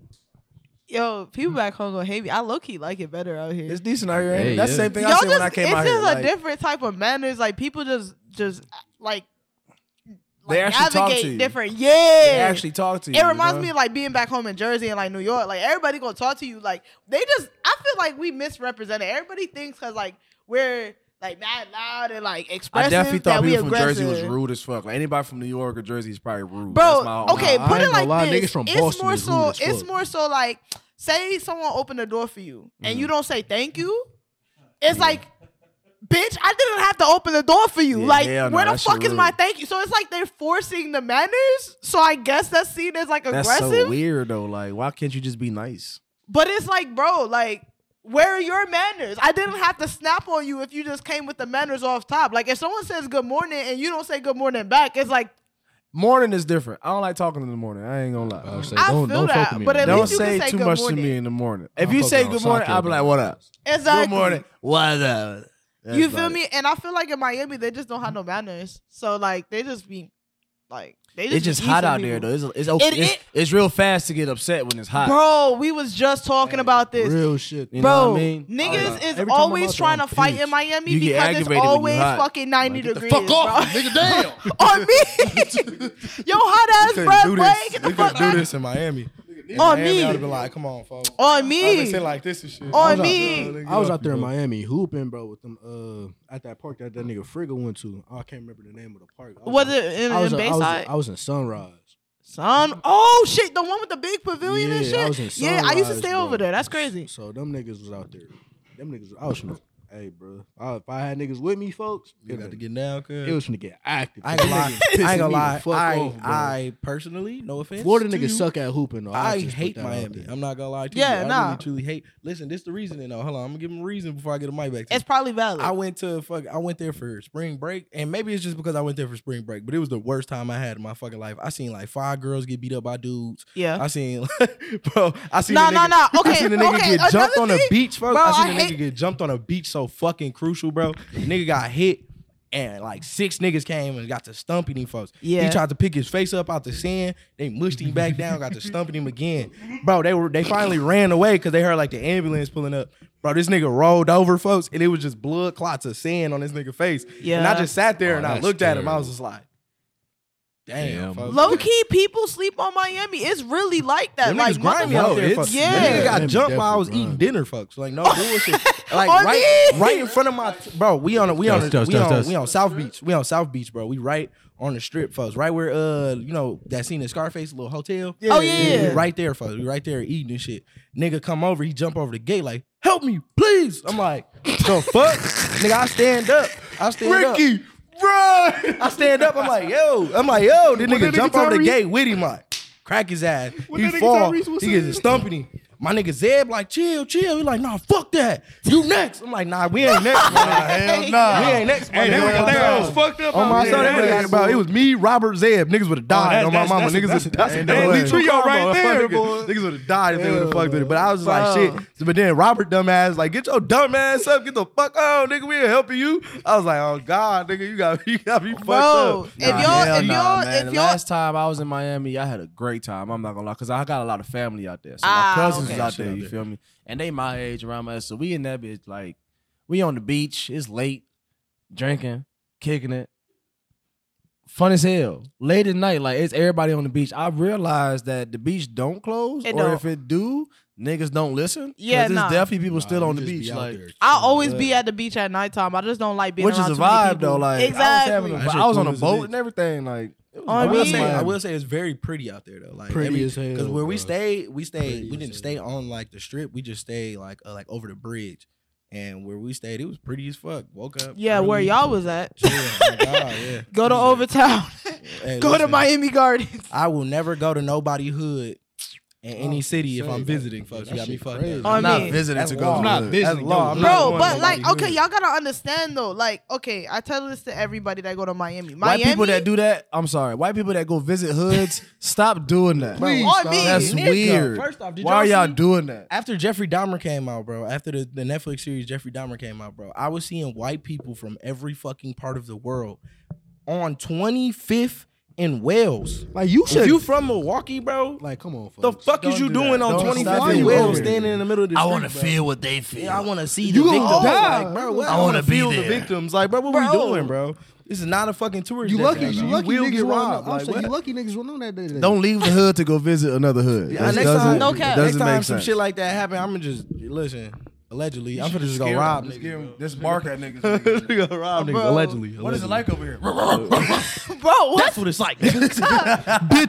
yo, people back home gonna hate me. I low key like it better out here.
It's decent out here. ain't it?
Hey,
That's the
yeah.
same thing
Y'all
I
just,
said when I came
it's
out
just
here.
a
like,
different type of manners. Like people just, just like,
They
like,
actually talk to
navigate
you.
different.
they
Yeah,
actually talk to you.
it reminds
you know?
me of like being back home in Jersey and like New York. Like everybody gonna talk to you. Like they just, I feel like we misrepresented. Everybody thinks because like we're like mad loud and like expressive
I definitely thought
that we
people from
aggressive.
Jersey was rude as fuck. Like anybody from New York or Jersey is probably rude. That's my
Bro,
own-
okay,
Nah, I
put it
ain't gonna
like
lie,
this.
niggas from
it's
Boston
more
is rude
so.
as
It's
fuck.
more so like, say someone opened the door for you and you don't say thank you. It's like, bitch, I didn't have to open the door for you.
Yeah,
like,
hell no,
where the
that shit
fuck is my
rude.
thank you? So it's like they're forcing the manners. So I guess that's seen as like
That's
aggressive.
so weird though. Like, why can't you just be nice?
But it's like, bro, like, where are your manners? I didn't have to snap on you if you just came with the manners off top. Like, if someone says good morning and you don't say good morning back, it's like,
Morning is different. I don't like talking in the morning. I ain't gonna
I
lie.
was Oh, say,
I
don't
feel
don't fuck
that.
with me.
But at
Don't
least you
say
can say
too
good
much
morning.
to me in the morning. If
I'm
you say
fucking
good morning,
Osaka,
I'll be like,
bro.
"What up?
Exactly.
Good morning. What up?" That's
You feel
like-
me? And I feel like in Miami, they just don't have no manners. So, like, they just be, like, they just
It's just
be
hot
easing
out there though.
people.
It's it's, okay.
It-
it's
it-
it's real fast to get upset when it's hot.
Bro, we was just talking about this.
Real shit.
you know
Bro,
what I mean?
niggas
Like,
is
every time I'm
always
out there,
trying to
I'm
fight in
pissed.
Miami
You get
because
aggravated
it's
when you
always
hot.
fucking 90 degrees.
fuck off,
bro.
nigga. Damn.
on me. Yo, hot ass
couldn't
breath
do
boy.
this.
Get
we
the fuck
couldn't do
back.
this in Miami. In
On
Miami,
me.
I'd have been like, come on, folks.
On
I'd been
me.
sitting like this and shit.
On
was out-
me.
I was out there in Miami hooping, bro, with them uh at that park that that nigga Frigga went to. Oh, I can't remember the name of the park. I
Was
out-
it in,
I was,
in
I was, I
Bayside?
was in Sunrise.
Son. Oh, shit. The one with the big pavilion
yeah,
and shit?
I was in Sunrise,
yeah, I used to stay
bro.
over there. That's crazy.
So them niggas was out there. Them niggas, I was from Hey, bro. I, if I had niggas with me, folks,
You
it,
got to get down,
it
cuz.
was finna get active.
I ain't gonna lie. I
Niggas
ain't
pissing me
gonna
the
lie.
fuck
I,
off, bro.
I personally, no offense.
Florida
to
niggas
you,
suck at hooping. Though.
I,
I'll just
hate
put that out
Miami.
there.
I'm not gonna lie to
Yeah,
you. I
nah.
really truly hate. Listen, this the reasoning though. Hold on, I'm gonna give him a reason before I get a mic back. To you.
It's probably valid.
I went to fuck. I went there for spring break, and maybe it's just because I went there for spring break, but it was the worst time I had in my fucking life. I seen like five girls get beat up by dudes.
yeah.
I seen, bro. I seen.
Nah,
a
nah,
nigga,
nah.
I
Okay,
seen a nigga
okay,
get jumped
another
on a
thing-
beach, folks.
bro,
I seen
I
a
hate-
nigga get jumped on a beach so fucking crucial, bro. nigga got hit, and like six niggas came and got to stumping him, folks. He
Yeah.
tried to pick his face up out the sand. They mushed him back down, got to stumping him again. Bro, they were they finally ran away because they heard like the ambulance pulling up. Bro, this nigga rolled over, folks, and it was just blood clots of sand on this nigga face. And
Yeah.
I just sat there
Oh,
and I
that's
looked at him. I was just like,
Damn.
damn, folks.
Low key, people sleep on Miami. It's really like that.
Them
like
niggas grimy
motherfucker-
out there.
it's-
folks.
yeah.
That nigga got
Them
jumped while I was
definitely
eating
grimy.
dinner, folks. Like no bullshit. Like
On
right,
me?
right in front of my bro. We on a, we on a,
Toast, toast,
we
toast,
on
toast.
we on South Beach. We on South Beach, bro. We right on the strip, folks. Right where uh you know that scene in Scarface, little hotel.
Oh, yeah, yeah, yeah.
We right there, folks. We right there eating and shit. Nigga come over, he jump over the gate like, help me, please. I'm like, the fuck, nigga. I stand up. I stand up.
Ricky, run!
I stand up. I'm like, yo. I'm like, yo. This
What
nigga
that
jump
nigga
over the
Tyrese-
gate with him, like, crack his ass. he
that nigga
fall.
Tyrese was
He gets
saying?
a stumping him. My nigga Zeb like, chill, chill. He like, nah, fuck that. You next. I'm like, nah, we ain't next. bro.
Hell nah.
We ain't next.
Hey, that
nigga.
nigga there was fucked up.
On
out
my
there.
son,
That
that
nigga-
nigga, bro, it was me, Robert Zeb. Niggas
Oh,
would have died
that's-
on my
that's-
mama.
that's-
Niggas
that's-
would
that's a
have
deadly trio right there, boy.
Niggas would have died if they would have fucked with it. But I was just like,
Bro.
shit. But then Robert, dumbass, like, get your dumb ass up, get the fuck out, nigga. We ain't helping you. I was like, oh god, nigga, you got you got me fucked
Bro,
up.
if y'all, if y'all,
man.
if
the
y'all,
last time I was in Miami, I had a great time. I'm not gonna lie, cause I got a lot of family out there. So
Ah,
my cousins
okay.
is out there. You feel me? And they my age around my So we in that bitch like we on the beach. It's late, drinking, kicking it. Fun as hell. Late at night, like it's everybody on the beach. I realized that the beach don't close,
It
or
don't.
if it do, niggas don't listen. 'Cause
Yeah,
there's
nah.
definitely people still
Nah,
on the
you just
beach.
be out
like,
there.
I'll always be at the beach at nighttime. I just don't like being
which is
around
a
too many
vibe
people.
though. Like,
exactly.
I was, having a,
That shit
I was on
cool
a
as a
boat
bitch.
and everything. Like, it was
I
I will
mean-
say,
Miami.
I will say, it's very pretty out there though. Like
Pretty as hell,
because where we
bro.
stayed, we stayed.
Pretty
we
as
didn't
hell.
stay on like the strip. We just stayed like uh, like over the bridge, and where we stayed, it was pretty as fuck. Woke up.
yeah, where
early.
y'all was at.
Yeah, oh my God, yeah.
Go to Overtown.
Hey,
Go to
listen,
Miami Gardens.
I will never go to nobody hood in any city if I'm visiting. Folks, you got me fucked up.
I
I'm not
mean-
visiting
That's
to
law.
go.
I'm
to
not
the-
visiting.
That's law. I'm not
Bro,
going
but
to
like,
nobody
okay,
hood.
y'all gotta understand though. Like, okay, I tell this to everybody that go to Miami.
White
Miami,
people that do that, I'm sorry. White people that go visit hoods, stop doing that.
Please,
on
dog.
me.
That's
Nigga,
weird.
first off, did
Why are
y'all
y'all
see-
doing that?
After Jeffrey Dahmer came out, bro, after the, the Netflix series Jeffrey Dahmer came out, bro, I was seeing white people from every fucking part of the world on 25th in Wales.
Like you
If
should.
you from Milwaukee, bro,
like come on,
the
folks.
fuck is
don't
you
do
doing
that.
on
Don't
25th
stop
in
it.
Wales
Over here.
standing in the middle of the street?
wanna
bro?
what they feel.
Yeah, I want to see
You
the
gonna
victims.
die.
Like, bro, what-
I
I want
wanna
to
be
feel the
there.
victims. Like, bro, what
Bro.
we doing, bro? This is not a fucking tourist.
You lucky,
destination.
you lucky
will
niggas
get
will know.
robbed.
I'm
Like,
saying
what?
you lucky niggas will know that. day.
Don't leave the hood to go visit another hood.
Yeah,
That
next
doesn't-
time-
No cap.
it
Next
doesn't
time
make
some
sense.
shit like that happen, I'm gonna just listen. Allegedly, I'm gonna just go
Scare
rob
them. Just give
niggas.
'em- Just bark at niggas.
Just
nigga.
go rob niggas.
Bro.
Allegedly.
What is it
allegedly.
like over here?
bro, what?
That's what it's like. Bitch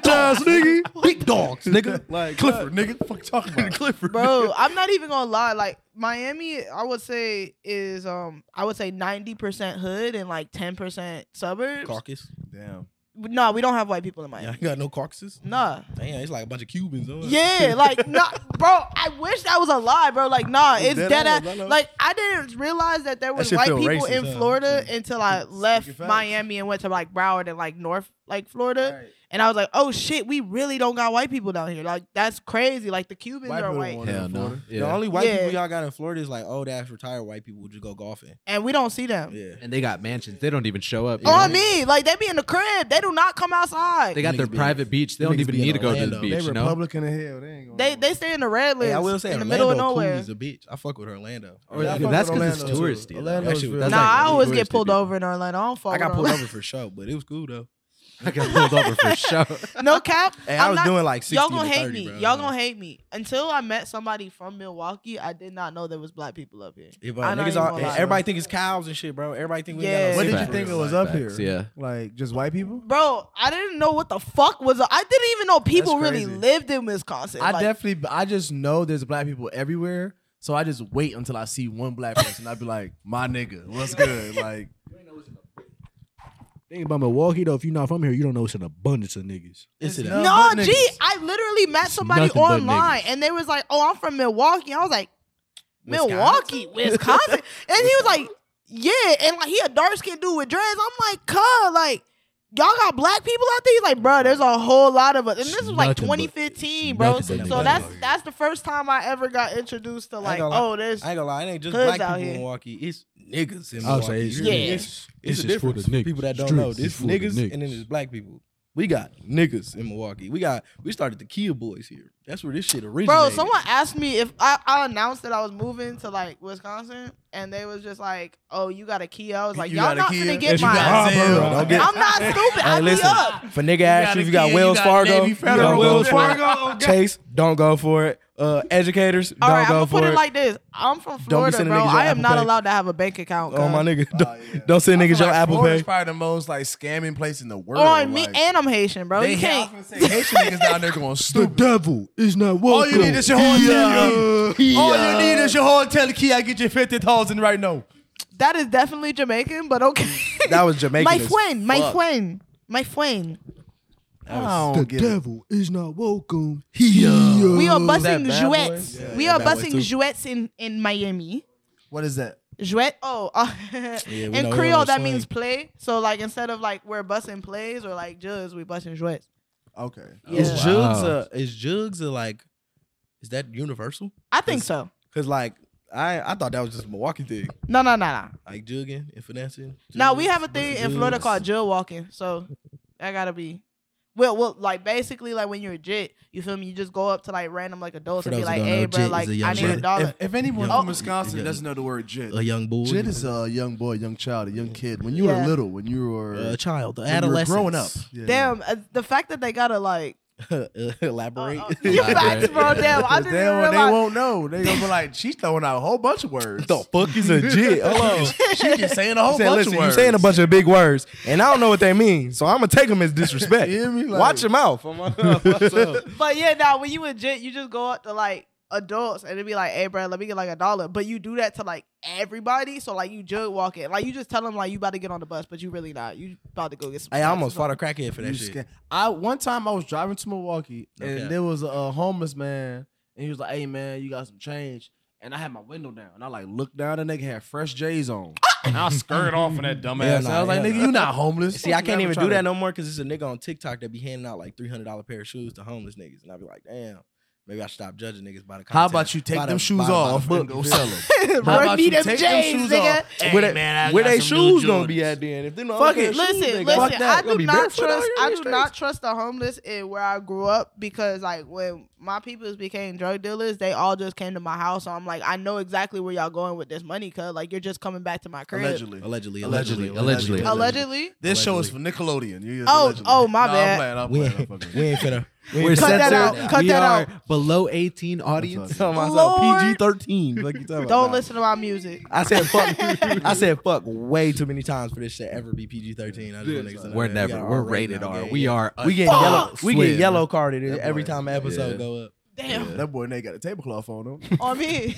ass nigga. Big dogs, nigga. Like Clifford, nigga.
Nigga, fuck talking about.
Clifford.
bro, I'm not even gonna lie. Like Miami, I would say is um, I would say 90% hood and like 10% suburbs.
Caucus.
Damn.
No, we don't have white people in Miami.
Yeah, you got no caucuses?
Nah.
Damn, it's like a bunch of Cubans. huh?
Yeah, like nah, bro. I wish that was a lie, bro. Like nah, it's
Dead
dead.
ass,
ass.
I know.
Like I didn't realize that there was
shit
white
feel
people
racist,
in
huh?
Florida until I left
facts.
Miami and went to like Broward and like North like Florida, and I was like, oh shit, we really don't got white people down here. Like that's crazy. Like the Cubans
White
are
people
white,
want
Hell no.
The
Yeah.
only white
Yeah.
people y'all got in Florida is like old ass retired white people who just go golfing.
and we don't see them.
Yeah.
And they got mansions. They don't even show up.
On me, like they be in the crib. They do not come outside.
They
They
got their
Niggas be-
private beach. They don't
niggas
even
be in
need to go to the
Orlando. They
beach.
They
You know?
Republican in hell. They ain't gonna.
they, stay in the redlands
Hey, I will say
in the
Orlando
middle of
cool
nowhere.
is a bitch. I fuck with Orlando.
Oh, yeah, I
Dude,
fuck
that's
with
'cause it's
Orlando, too.
touristy, though.
Orlando
That
is
shit-
real.
Nah,
that's like
I
really
always get
touristy,
pulled
dude.
over in Orlando. I don't fuck.
I
with
got pulled
Orlando.
over for show, but it was cool though.
I got pulled over for sure.
No cap.
Hey,
I'm
I was
not-
doing like 60
y'all gonna
to
hate
30,
me.
bro.
Y'all gonna hate me. Until I met somebody from Milwaukee, I did not know there was black people up here.
Yeah, bro,
I'm not
niggas
even
all,
gonna lie.
everybody think it's cows and shit, bro. Everybody think we ain't
Yeah.
got
What
no
did you
cities.
think it was uh? up here?
Facts, yeah.
Like just white people?
Bro, I didn't know what the fuck was. I didn't even know people
That's
really
crazy.
lived in Wisconsin.
I
Like,
definitely, I just know there's black people everywhere, So I just wait until I see one black person. I'd be like, my nigga, what's good? Like,
Thing about Milwaukee though, if you're not from here, you don't know it's an abundance of niggas.
It's an
no-
No,
but
gee,
niggas.
I literally met somebody
nothing but
online and they was like, "Oh, I'm from Milwaukee." I was like, "Milwaukee, Wisconsin," and he was like, "Yeah," and like he a dark skinned dude with dreads. I'm like, "Cuz, like." Y'all got black people out there? He's like, bro, there's a whole lot of us. And this was like
Nothing but-
2015, bro.
nothing but
So
niggas.
that's that's the first time I ever got introduced to like,
gonna lie.
oh, there's
I ain't gonna lie, it ain't just
Hoods
black
out
people
here.
in Milwaukee. It's niggas in Milwaukee.
I'll say it's
You
Yeah.
hear me? It's, it's, a difference. for people that don't know.
Streets is
This
full of
niggas,
niggas.
and then there's black people. We got niggas in Milwaukee. We got we started the Kia Boys here. That's where this shit originated.
Bro, someone asked me if I, I announced that I was moving to like Wisconsin, and they was just like, "Oh, you got a Kia." I was like,
You
"Y'all
got a
not
Kia?
gonna
Yes,
get
you got
mine."
a Zelle.
Bro, don't get-
I'm not stupid. I be
listen.
up.
If a nigga asks you if you got
Kia,
Wells
got
Fargo,
Navy
you
Federal,
got Wells
Wells
Fargo. Chase, don't go for it. Uh, educators,
All
don't
right, I'm
go
gonna
for
put it
it.
like this. I'm from Florida,
sending
bro.
niggas your
I am
Apple
not
Pay.
allowed to have a bank account.
oh my
cuz.
nigga, don't, don't send niggas your
like,
Apple
Florida's
Pay.
probably the most like scamming place in the world.
On me,
like,
and I'm Haitian, bro.
they
You
hate-
can't.
I was gonna say, Haitian niggas down there going stupid.
devil is not
All you need is your whole yeah. All you need is your whole tell key. I get you fifty thousand right now.
That is definitely Jamaican, but okay.
That was Jamaican.
my
as
friend, my
fuck.
friend, my friend.
I
The
don't get it.
devil is not welcome.
We are
that
busting
Bad Boy?
jouettes.
Yeah,
we
yeah,
Bad
are
Boy
busting
too.
jouettes in in Miami.
What is that?
Jouet, oh, uh, in
we know he
Creole
on the
that
swing.
means play. So like instead of like we're bussing plays or like jugs, we bussing jouets.
Okay. Oh,
Is
Yeah.
jugs
Wow.
uh,
a Uh, is jugs a like is that universal?
I think so.
Cause like I I thought that was just a Milwaukee thing,
No, no, no, no.
like jugging and financing.
Now we
Jugs,
have a thing in
jugs.
Florida called jug walking. So that gotta be. Well, well, like basically, like when you're a jit, you feel me? You just go up to like random like adults
For
and be
those who
like,
don't
"Hey,
know,
bro,
jit is
like
a
I
young
need
brother.
a dollar."
If, if anyone
Young-
from Wisconsin
yeah.
doesn't know the word jit,
a young boy,
jit is a young boy, young child, a young kid. When you were
Yeah.
little, when you were
a child, an
when you were
adolescent,
growing up. Yeah.
Damn, uh, the fact that they gotta like
Elaborate.
uh, uh, you facts, bro. Damn, I didn't
They,
even
won't- they
realize.
won't know. They gonna be like, she's throwing out a whole bunch of words.
the fuck is a jig? Hello.
She just saying a whole
Said,
bunch
listen,
of
you
words.
saying a bunch of big words, and I don't know what they mean, so I'm gonna take them as disrespect.
You hear me? Like-
Watch your mouth. I'm like, what's up?
But yeah, now when you a jit, you just go up to like adults and it'd be like, "Hey, bro, let me get like a dollar." But you do that to like everybody, so like you jug walking, like you just tell them like you about to get on the bus, but you really not. You about to go get some.
Hey, I almost
snacks or
fought a crackhead for that
You
shit.
sca- I one time I was driving to Milwaukee
Okay.
and there was a, uh, homeless man and he was like, "Hey man, you got some change?" And I had my window down and I like looked down and nigga had fresh J's on. and I skirted off in that dumbass.
Hell
and I
nah,
was like,
hell
"Nigga,
nah."
you not homeless."
See, I can't even do that no more because it's a nigga on TikTok that be handing out like three hundred dollar pair of shoes to homeless niggas, and I be like, damn, maybe I should stop judging niggas by the. Content.
How about you take
by the-
them
by
shoes
the- by the
off
book,
and go
you feel
sell
me?
them?
something.
How
Bro,
about
need
you
them
take them
J's,
shoes
nigga.
off? Hey,
where they,
man, I
where
got
they
some new
shoes gonna be
Jordans.
at then? If they know
Fuck
I'm
it,
gonna shoes,
Listen,
they got-
listen. I
Gonna
do
be
not
barefoot out
trust.
here in
I do
these
not trust the homeless in where I grew up because, like, when my peoples became drug dealers, they all just came to my house. So I'm like, I know exactly where y'all going with this money, cause like you're just coming back to my crib. Allegedly.
streets. Allegedly,
Allegedly,
allegedly,
allegedly.
This show is for Nickelodeon. You-
Oh,
allegedly.
oh, my
Nah,
bad.
I'm
We
playing. I'm
ain't,
playing. I'm
we
fucking.
ain't finna. We
We're
ain't
Cut
censored.
that out. Cut
we
that
are
out.
below 18 audience.
finna. myself
Lord.
PG thirteen. Like you talking
Don't
about.
listen to my music.
I said fuck. I said fuck way too many times for this shit ever be PG thirteen. I just want niggas to know
We're
that. We got
never.
our
We're
rating
rated
out
R.
here.
We are.
We get
Fuck
yellow. We get
Slim.
yellow carded
That
every
boy-
time an episode
yeah.
go up.
Damn,
That boy, they got a tablecloth on him.
on me.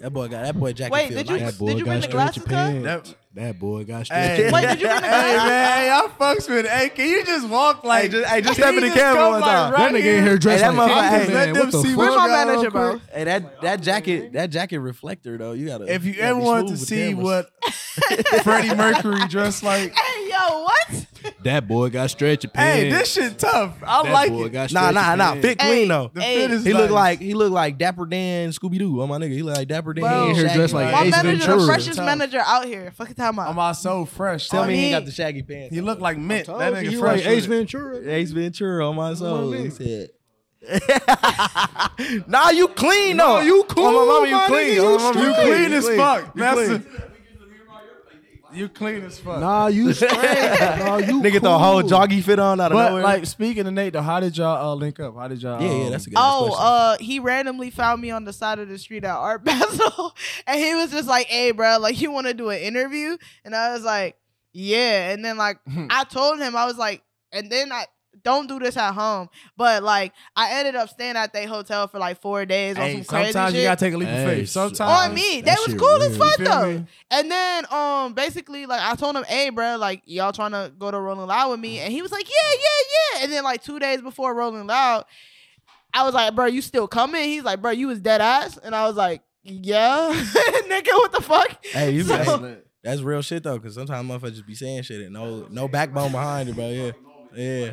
That boy got that boy Jackie.
Wait,
Field
did you
nice.
did you bring the glasses? Cut?
That-
That boy got
Hey.
straight.
Wait, did you bring the
Hey
glasses?
man, hey, I fucks with. Hey, can you just walk like?
just- hey, just
can
step
you
in the camera
come,
one
like,
time.
right
That nigga in here dressed
that
like
motherfucker-
Pac-Man,
hey,
let them
what the
see
fuck?
Where's
Fuck
my
out
manager,
real
bro?
Hey, that that
oh,
jacket, that jacket reflector though. You gotta.
If you
gotta
ever
be
wanted
smooth
to
with
see
cameras.
what Freddie Mercury dressed like,
Hey, yo, what?
That boy got stretchy pants.
hey, this shit tough. I
that
like
boy
it.
got
Nah,
stretchy
nah, nah.
pants.
Fit
Hey,
clean though.
The
Hey,
fit is
He looked like he looked like Dapper Dan Scooby Doo. Oh my nigga, he looked like Dapper Dan.
Bro. He in
here
Shaggy.
dressed like
My
Ace
manager, the
Ventura.
freshest
Tough.
manager out here. Fucking time
I'm
out.
all so fresh.
Tell
Tell
me
me,
he
he-
ain't got the shaggy pants.
he looked like mint. That
He
nigga
like
fresh.
Ace
with it.
Ventura.
Ace Ventura on my soul.
me.
He said. nah, you clean though. you clean. Oh, my mama, you
my
clean.
nigga, you
Oh, my mama,
You
straight.
clean as
You
fuck.
You
That's
clean.
a- You clean as fuck.
Nah, you straight. nah, you
Nigga,
cool.
throw a whole joggy fit on out of
But
nowhere.
like speaking to Nate, though, how did y'all uh, link up? How did y'all?
yeah, yeah,
um,
that's a good
Oh,
question.
uh, he randomly found me on the side of the street at Art Basel, and he was just like, "Hey, bro, like you want to do an interview?" And I was like, "Yeah." And then like I told him, I was like, and then I don't do this at home. But like, I ended up staying at their hotel for like four days on
Hey,
some crazy
sometimes
shit.
you gotta take a leap of
Hey,
faith. Sometimes
on me, they
That
was
shit
cool as
real.
fuck
You feel
though.
me?
And then, um, basically, like I told him, "Hey, bro, like y'all trying to go to Rolling Loud with me?" And he was like, "Yeah, yeah, yeah." And then, like two days before Rolling Loud, I was like, "Bro, you still coming?" He's like, "Bro, you was dead ass," and I was like, "Yeah, nigga, what the fuck?"
Hey, you
So-
hey, that's real shit though, because sometimes motherfuckers just be saying shit and no no backbone behind it, bro. Yeah, yeah, yeah.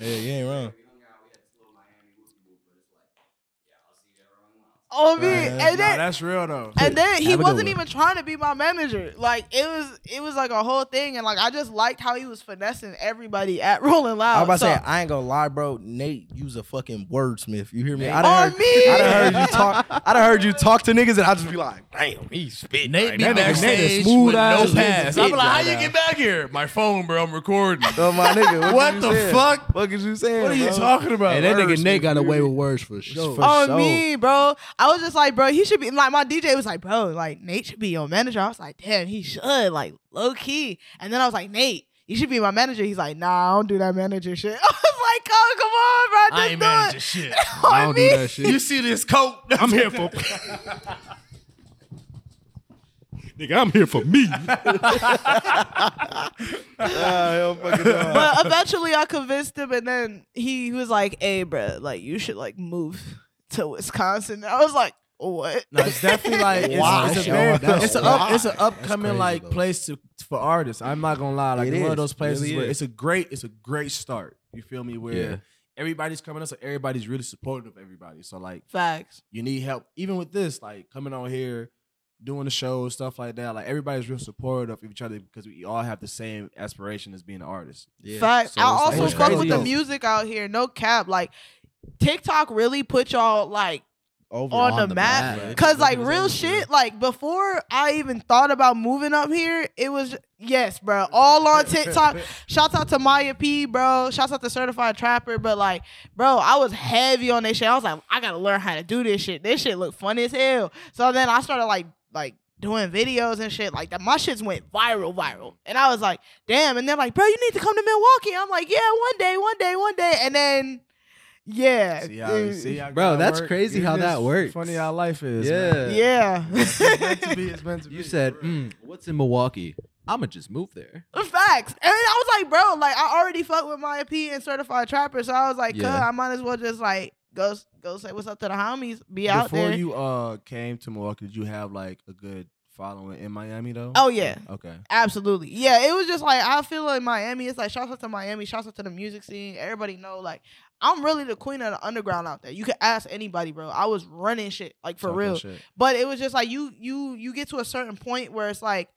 You ain't wrong.
on me.
Right.
and
Nah,
then,
that's real though.
and then he
Have a good
wasn't
one.
even trying to be my manager. Like it was, it was like a whole thing, and like I just liked how he was finessing everybody at Rolling
I
Loud.
was about to
so,
say, I ain't gonna lie, bro. Nate, you's a fucking wordsmith. You hear me? I
on
done heard,
me.
I done heard you talk. I done heard you talk to niggas, and I just be like, damn, he spitting.
Nate
right
be
now.
backstage
smooth
with no
ass
pass. I'm like, how
right
you
now."
get back here? My phone, bro. I'm recording.
Oh my nigga,
What
what, you
the
saying?
fuck?
What is you saying?
What are you
bro?
talking about?
Hey, that nigga Nate got away with words for sure.
For
on
sure.
me, bro. I was just like, bro, he should be like my DJ was like, bro, like Nate should be your manager. I was like, damn, he should, like low key. And then I was like, Nate, you should be my manager. He's like, nah, I don't do that manager shit. I was like, oh, come
I
on,
ain't
bro, just
managing shit.
do it. On
I don't do
me.
that shit.
You see this coat?
I'm here for. Nigga, I'm here for me.
Ah, hell fucking no.
but eventually I convinced him, and then he was like, hey, bro, like you should like move to Wisconsin. And I was like, what?
No, it's definitely like it's,
Wow.
it's a
That's
very,
wild.
it's a up, it's an upcoming like place to for artists. I'm not gonna lie, like
It
it's one
is.
of those places
Really
where
is.
it's a great it's a great start. You feel me? Where
Yeah.
everybody's coming up, so everybody's really supportive of everybody. So like
Facts.
you need help, even with this, like coming on here, doing the show, stuff like that. Like everybody's real supportive of each other because we all have the same aspiration as being an artist.
Yeah.
Fact.
So
I
it's
also
like-
fuck
It's
with
crazy
the
though.
music out here. No cap. Like TikTok really put y'all like
Over
on, the, map.
bro.
Cause
It's
like
over
real
the-
shit, like before I even thought about moving up here, it was yes, bro. All on TikTok. Shouts out to Maya P, bro. Shouts out to Certified Trapper. But like, bro, I was heavy on this shit. I was like, I gotta learn how to do this shit. This shit look fun as hell. So then I started like like doing videos and shit like that. My shits went viral, viral. And I was like, damn. And they're like, bro, you need to come to Milwaukee. I'm like, yeah, one day, one day, one day. And then yeah.
See how, see how
Bro,
God
that's
work?
crazy
It
how
is
that works.
Funny how life is. man.
yeah.
yeah.
It's meant to be. It's meant to be.
You said, mm, "What's in Milwaukee? I'ma just move there."
Facts. And I was like, bro, like I already fucked with my P and certified trapper, so I was like,
Yeah.
"Cuh, I might as well just like go go say what's up to the homies, be out
Before
there.
you uh came to Milwaukee, did you have like a good following in Miami though?
Oh, yeah.
Okay.
Absolutely. Yeah, it was just like I feel like Miami. It's like shouts out to Miami, shouts out to the music scene. Everybody know like I'm really the queen of the underground out there. You can ask anybody, bro. I was running shit like for
Talk that
real.
shit.
But it was just like you you you get to a certain point where it's like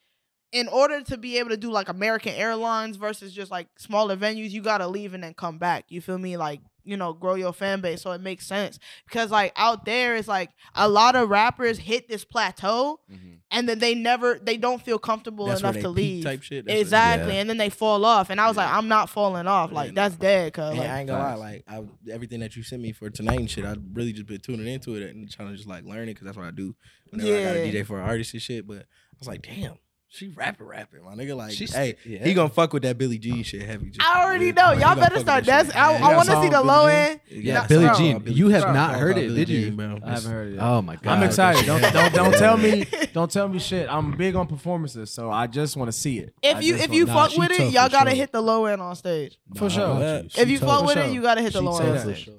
in order to be able to do like American Airlines versus just like smaller venues, you gotta leave and then come back. You feel me? Like, you know, grow your fan base. So it makes sense. Because like out there it's like a lot of rappers hit this plateau
Mm-hmm.
and then they never they don't feel comfortable
That's where
enough
they
to
peak
leave.
Type shit. That's where-
Exactly. And then they fall off. And I was like, I'm not falling off.
Yeah,
Like
no.
that's dead, cuz
And
like
I ain't gonna lie, like I, everything that you sent me for tonight and shit, I really just been tuning into it and trying to just like learn it because that's what I do whenever I got
Yeah.
a DJ for an artist and shit. But I was like, damn, she rapping, rapping, my nigga. Like,
She's-
hey,
yeah.
he gonna fuck with that Billy G shit heavy. Just,
I already
Yeah.
know.
Like, he
Y'all
gonna
better
fuck
start
with that
dancing. I,
shit.
I
got
want to
song
see the
with
low
Billie Jean?
end.
Yeah,
Nah,
Billie
bro.
Jean, you have
Jean.
not heard
Billie
it, did
Jean,
you?
bro.
I haven't heard it yet.
Oh my god!
Uh, I'm excited. Don't don't don't tell me
If
don't tell me shit. I'm big on performances, so I just want to see it. I
you
just
if you
wanna-
Nah,
fuck
she
with it,
tough
y'all
for
gotta
sure.
hit the low end on stage.
for sure.
if you fuck
For
with it,
sure.
you gotta hit the low end on
tough.
stage.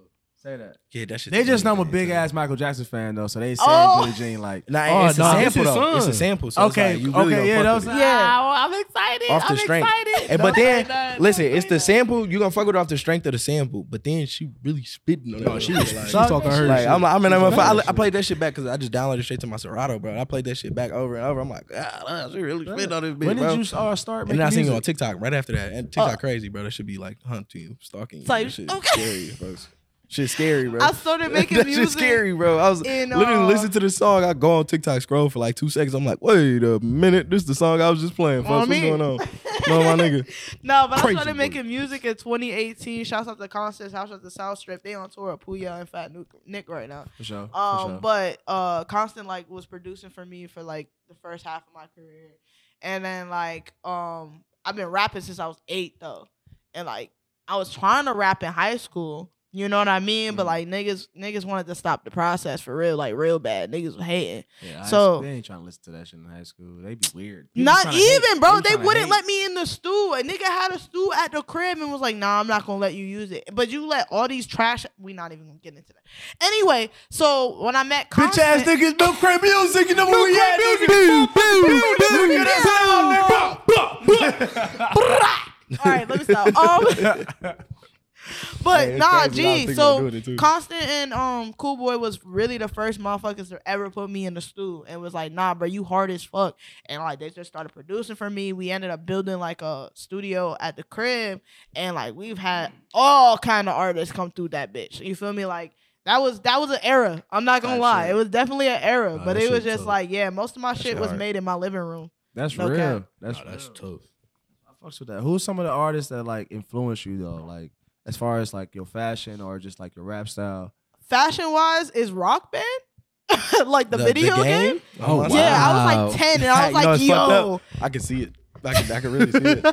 Say that.
Yeah, that shit.
They just know I'm a big ass Michael Jackson fan though, so they say
Oh.
Billie Jean like.
Nah,
Oh,
it's a
nah,
sample
this is
though. It's a
son.
sample. So it's
Okay,
like, you really
okay,
gonna
yeah,
fuck
that
with
was
it.
Yeah.
off the strength. And, but then, listen, it's the sample. You gonna fuck with her off the strength of the sample. But then she really spitting on it. she was like,
talking her
like
shit.
I'm, I'm in. I'm
She talking
I,
her
I played that shit back because I just downloaded it straight to my Serato, bro. And I played that shit back over and over. I'm like, ah, she really spitting on this bitch,
When
bro.
did you uh, start
and
making
then I seen it on
music?
TikTok right after that. And TikTok crazy, bro. That should be like hunting you, stalking you.
like,
That shit
okay.
scary, bro. Shit scary, bro.
I started making
that
music
shit scary, bro. I was
in,
literally
uh,
listen to the song. I go on TikTok, scroll for like two seconds. I'm like, wait a minute, this is the song I was just playing.
On
Folks, what's
me.
going on? no, my nigga.
No, but
Crazy
I started
boy.
making music in 2018. Shouts out to Constance, shouts out to South Strip. They on tour with Puya and Fat Nu- Nick right now.
For sure. for
Um,
sure.
but uh, Constant like was producing for me for like the first half of my career, and then like um, I've been rapping since I was eight though, and like I I was trying to rap in high school. You know what I mean? But
Mm-hmm.
like niggas, niggas wanted to stop the process for real, like real bad. Niggas was hating.
Yeah,
So-
so they ain't trying to listen to that shit in high school. They be weird.
not even, bro. They wouldn't let me in the stool. A nigga had a stool at the crib and was like, "Nah, I'm not gonna let you use it." But you let all these trash. We not even gonna get into that. Anyway, so when I met
Bitch
Constant,
ass niggas, no crap music, you know where we at? nigga?
All right, let me stop. Um, but
Hey, it's crazy. A
nah,
lot of
G.
people are
So
doing it, too.
Constant and um Cool Boy was really the first motherfuckers to ever put me in the stool and was like, nah, bro, you hard as fuck. And like they just started producing for me. We ended up building like a studio at the crib, and like we've had all kind of artists come through that bitch. You feel me? Like. That was that was an era. I'm not gonna
That
lie,
shit-
it was definitely an era.
Nah,
but
that
it was
shit
just
tough.
like, yeah, most of my shit
shit
was
hard.
made in my living room.
That's
No
real.
cap.
That's
That's
real.
tough.
I fucks with that. Who's some of the artists that like influence you though? Like as far as like your fashion or just like your rap style.
fashion wise is Rock Band, like the, video game.
Oh,
wow.
Yeah, I was like ten, and I was
You know, it's
like,
fucked up.
yo,
I can see it. I can, I can really see it.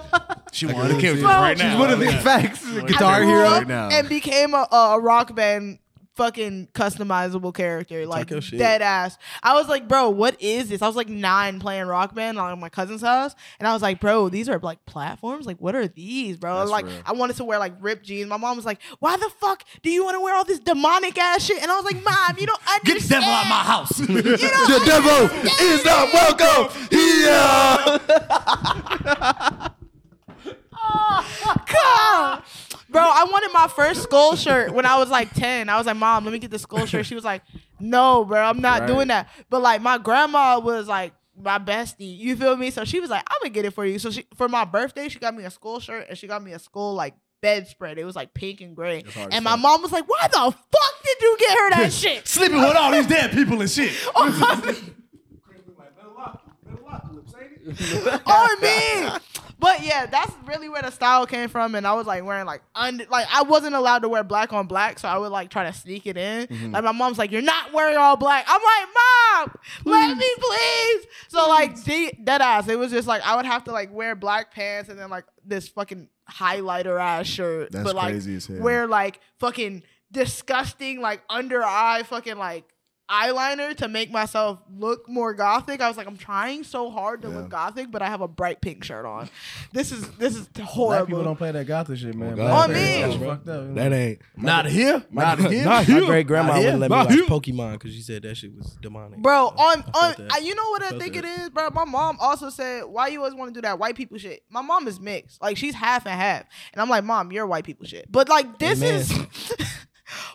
She wanted to kill you
Bro,
right now.
What are the
Yeah.
facts?
I
Guitar
grew
Hero.
up and became a, a a Rock Band fucking customizable character, like
your shit.
dead ass. I was like, bro, what is this? I was like nine playing Rock Band like, at my cousin's house, and I was like, bro, these are like platforms. Like, what are these, bro?
That's
like,
real.
I wanted to wear like ripped jeans. My mom was like, why the fuck do you want to wear all this demonic ass shit? And I was like, mom, you don't understand.
Get the devil out of my house.
You don't
The devil is not welcome here.
God. Bro, I wanted my first skull shirt when I was like 10. I was like, Mom, let me get the skull shirt. She was like, No, bro, I'm not
Right.
doing that. But like, my grandma was like, my bestie, you feel me? So she was like, I'm gonna get it for you. So she, for my birthday, she got me a skull shirt and she got me a skull like bedspread. It was like pink and gray. And my mom was like, Why the fuck did you get her that shit?
Sleeping with all these dead people and shit.
on me. But yeah, that's really where the style came from, and I was like wearing like under, like I wasn't allowed to wear black on black, so I would like try to sneak it in.
Mm-hmm.
Like my mom's like, "You're not wearing all black." I'm like, "Mom, let me
Mm-hmm.
please." So like de- dead ass, it was just like I would have to like wear black pants and then like this fucking highlighter ass shirt,
That's
but like
crazy as hell.
wear like fucking disgusting like under eye fucking like eyeliner to make myself look more gothic. I was like, I'm trying so hard to look gothic, but I have a bright pink shirt on. This is this is
Black people
horrible.
don't play that gothic shit,
God.
man. Black
On
people-
me.
that's fucked up.
That ain't.
Not here. Not here.
My great grandma
Not here.
wouldn't let me
Not
watch
here.
Pokemon because she said that shit was demonic.
Bro, on
I
on
felt that.
I- you know what I
Felt
think
that.
it is, bro. My mom also said, "Why you always want to do that white people shit?" My mom is mixed, like she's half and half, and I'm like, "Mom, you're white people shit." But like this
Amen.
is,
out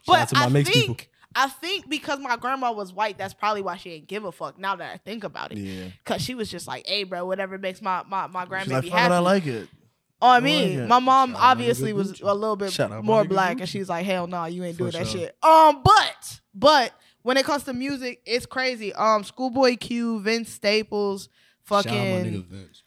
but
to my
I think
mixed people.
I think because my grandma was white, that's probably why she didn't give a fuck. Now that I think about it,
Yeah.
Cause she was just like, "Hey, bro, whatever makes my my my grandbaby
She's like, fuck it,
happy."
I like it.
on
Oh,
I
me,
like it.
my mom
Shout out my
obviously
nigga
was
Gucci.
a little bit
Shout out my
more
nigga
black, and
Gucci.
she was like, "Hell no, you ain't
For
doing that
sure.
shit." Um, but but when it comes to music, it's crazy. Um, Schoolboy Q, Vince Staples, fucking
Vince.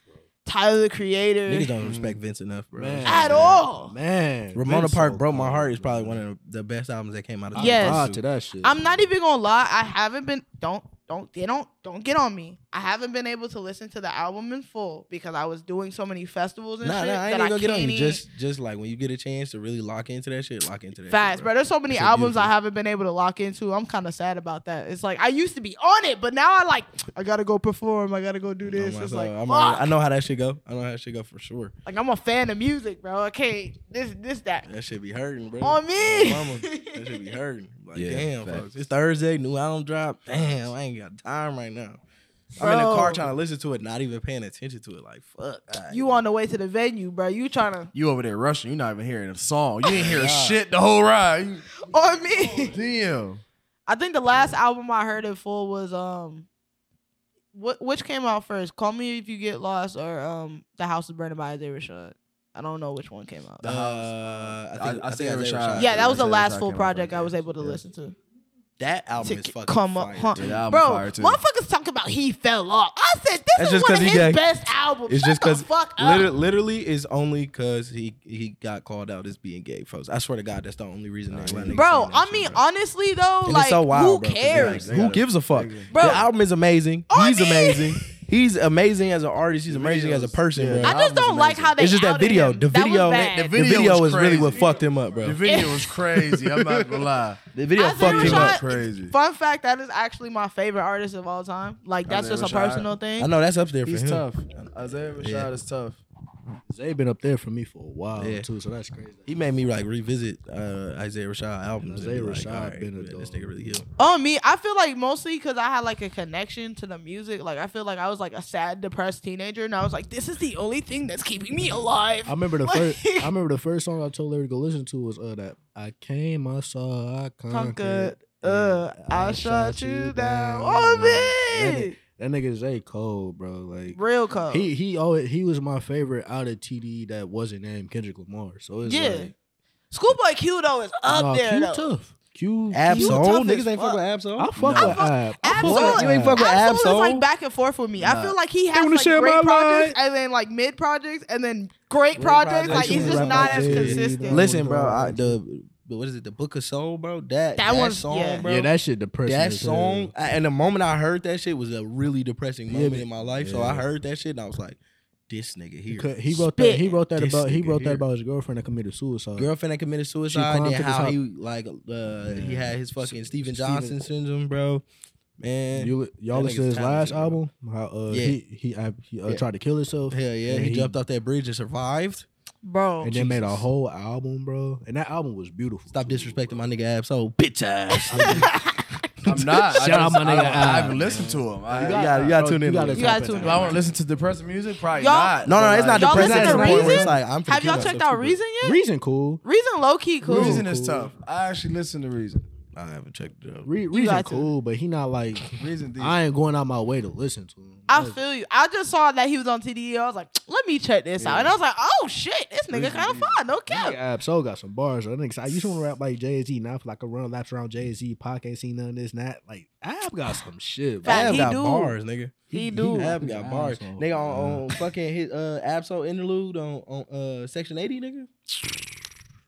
Tyler the Creator,
Niggas don't respect Vince enough, bro.
Man.
at all.
Man.
Ramona
Vince
Park
so
broke my
cold,
heart. Is
bro.
probably one of the best albums that came out of.
Yes.
Ah, to that shit.
I'm not even gonna lie. I haven't been. Don't don't they don't don't get on me. I haven't been able to listen to the album in full because I was doing so many festivals and
Nah,
shit
nah, I ain't
that I
even gonna get on
can't
you.
even-
Just, just like when you get a chance to really lock into that shit, lock into that.
Facts,
shit,
bro. There's so many
It's so
albums I
beautiful.
haven't been able to lock into. I'm kind of sad about that. It's like I used to be on it, but now I like I gotta go perform. I gotta go do
Oh
this.
my
it's
God,
like
I'm
fuck.
already- I know how that shit go. I know how that shit go for sure.
like I'm a fan of music, bro. I can't this this that.
That should be hurting, bro.
On me.
Mama, that should be hurting. Like,
Yeah,
damn,
facts.
folks. It's Thursday, new album drop. Damn, I ain't got time right now. I'm in the
Bro.
car trying to listen to it, not even paying attention to it. Like, fuck. I-
You on the way to the venue, bro? You trying to
You over there rushing. You're not even hearing a song. You ain't hear
Hear
a shit.
shit the whole ride. You-
on me?
Damn.
I think the last album I heard in full was um, what which came out first? Call me if you get lost or um, the house is burning by Isaiah Rashad. I don't know which one came out.
Uh, I think
I- I
I,
think
think
Rashad-
Rashad.
yeah, that was the
Isaiah
last
Rashad
full
came out
project
first,
I was
yeah.
able to
Yeah.
listen to.
that album
to
is
c-
fucking
come up,
fire,
huh?
dude.
Yeah, I'm
bro.
fire, too.
Motherfuckers talking about he fell off. I said this
That's
is
just
one of
'cause he
his
gay.
best albums.
It's just
because
because literally, literally is only because he he got called out as being gay, folks. I swear to God, that's the only reason. they why niggas
bro.
saying that
I
shit,
mean,
bro.
honestly though,
And
like
it's so wild, bro,
who
'cause they like-
cares?
who gives a fuck?
Bro.
The album is amazing.
Oh,
He's
I mean-
amazing. He's amazing as an artist. He's amazing as a person, bro.
I just don't like how they.
it's just that
outed
video.
him.
The
That was
video,
bad.
the video,
video was
is really what
crazy.
fucked him up, bro.
The video was crazy. I'm not gonna lie.
The video
I think
fucked
we
him up.
shot-
Crazy.
Fun fact: that is actually my favorite artist of all time. Like that's
Isaiah
just a
Rashad.
personal thing.
I know that's up there for
He's
him.
tough. Isaiah Rashad is tough.
Zay been up there for me for a while
Yeah.
too, so that's crazy.
He made me like revisit uh, Isaiah Rashad albums. and be
Isaiah
like,
Rashad
all right,
been a
man, This
dog.
nigga really ill.
On Oh, me, I feel like mostly because I had like a connection to the music. Like I feel like I was like a sad, depressed teenager, and I was like, this is the only thing that's keeping me alive.
I remember the
Like-
first. I remember the first song I told Larry to go listen to was uh that I came, I saw, I
Conquered.
conquered.
Uh, I, shot you down. Oh, On me,
That nigga Zay cold, bro. Like
real cold.
he he always he was my favorite out of TDE that wasn't named Kendrick Lamar. So it's
Yeah.
like,
Schoolboy Q though is up
nah,
there
Q
though.
tough. Q
You
Absol,
tough as
niggas ain't
fuck.
fuck with Absol.
I fuck with Ab. I fuck
Absol-
with
You ain't
Ab.
fuck with
Absol is
Absol.
like back and forth with me. I feel like he has
wanna
like
share my
great projects
life?
and then like mid projects and then great, projects.
projects.
Like he's
She
just
rap
not
like
as
this.
consistent.
Listen, bro, I, the what is it? The Book of Soul, bro. That
That
that,
one's-
song,
yeah.
bro.
Yeah, that shit depressing.
that
as hell.
song, I, and the moment I heard that shit was a really depressing moment
but-
in my life. So I
yeah.
heard that shit and I was like, "This nigga here,
Because He wrote that. He
Spit.
wrote that
This
about. He
nigga
wrote that
here.
about his girlfriend that committed suicide.
girlfriend that committed suicide,
climbed
and
to the
how
top.
he like uh, he had his fucking Steven
Steven-
Johnson syndrome, bro. Man,
You, y'all
That
listen to
nigga's
his last
talented, bro.
album? How uh,
Yeah.
he he, I, he uh,
Yeah.
tried to kill himself.
hell yeah,
and
he, jumped off that bridge and survived.
Bro.
and then made a whole album, bro. And that album was beautiful.
Stop
too,
disrespecting
bro.
my nigga Absol, bitch ass.
I'm not. I
Shout out my
I
nigga
don't- I
Ab,
haven't listened to him. I,
You gotta- you gotta
Oh,
Bro,
tune in
You
to
gotta,
this.
You gotta
tap
tune
in.
do I want to listen to depressing music? Probably
Y'all-
not.
no, no, it's not
Y'all
depressing.
listen
It's
to
the point where
Reason?
It's like I'm
Have y'all
confused.
checked out Reason yet?
Reason cool.
Reason low key cool.
Reason is tough. I actually listen to Reason.
I haven't checked it out.
Re- Reason
gotta tune
cool, but he not like.
Reason decent.
I ain't going out my way to listen to him.
I
That's-
feel you. I just saw that he was on TDE. I was like, let me check this out. And I was like, oh shit, this nigga kind of fun. No
That
cap.
nigga Absol got some bars. Though. That nigga, I used to want to rap like Jay Z. Now I feel like I run laps around Jay Z. Pac ain't seen none of this. and that like Ab got some shit. bro.
Fact,
Ab
he
got
do.
bars, nigga.
He do.
Ab got bars. Nigga on, on fucking his uh Absol interlude on on uh Section 80, nigga.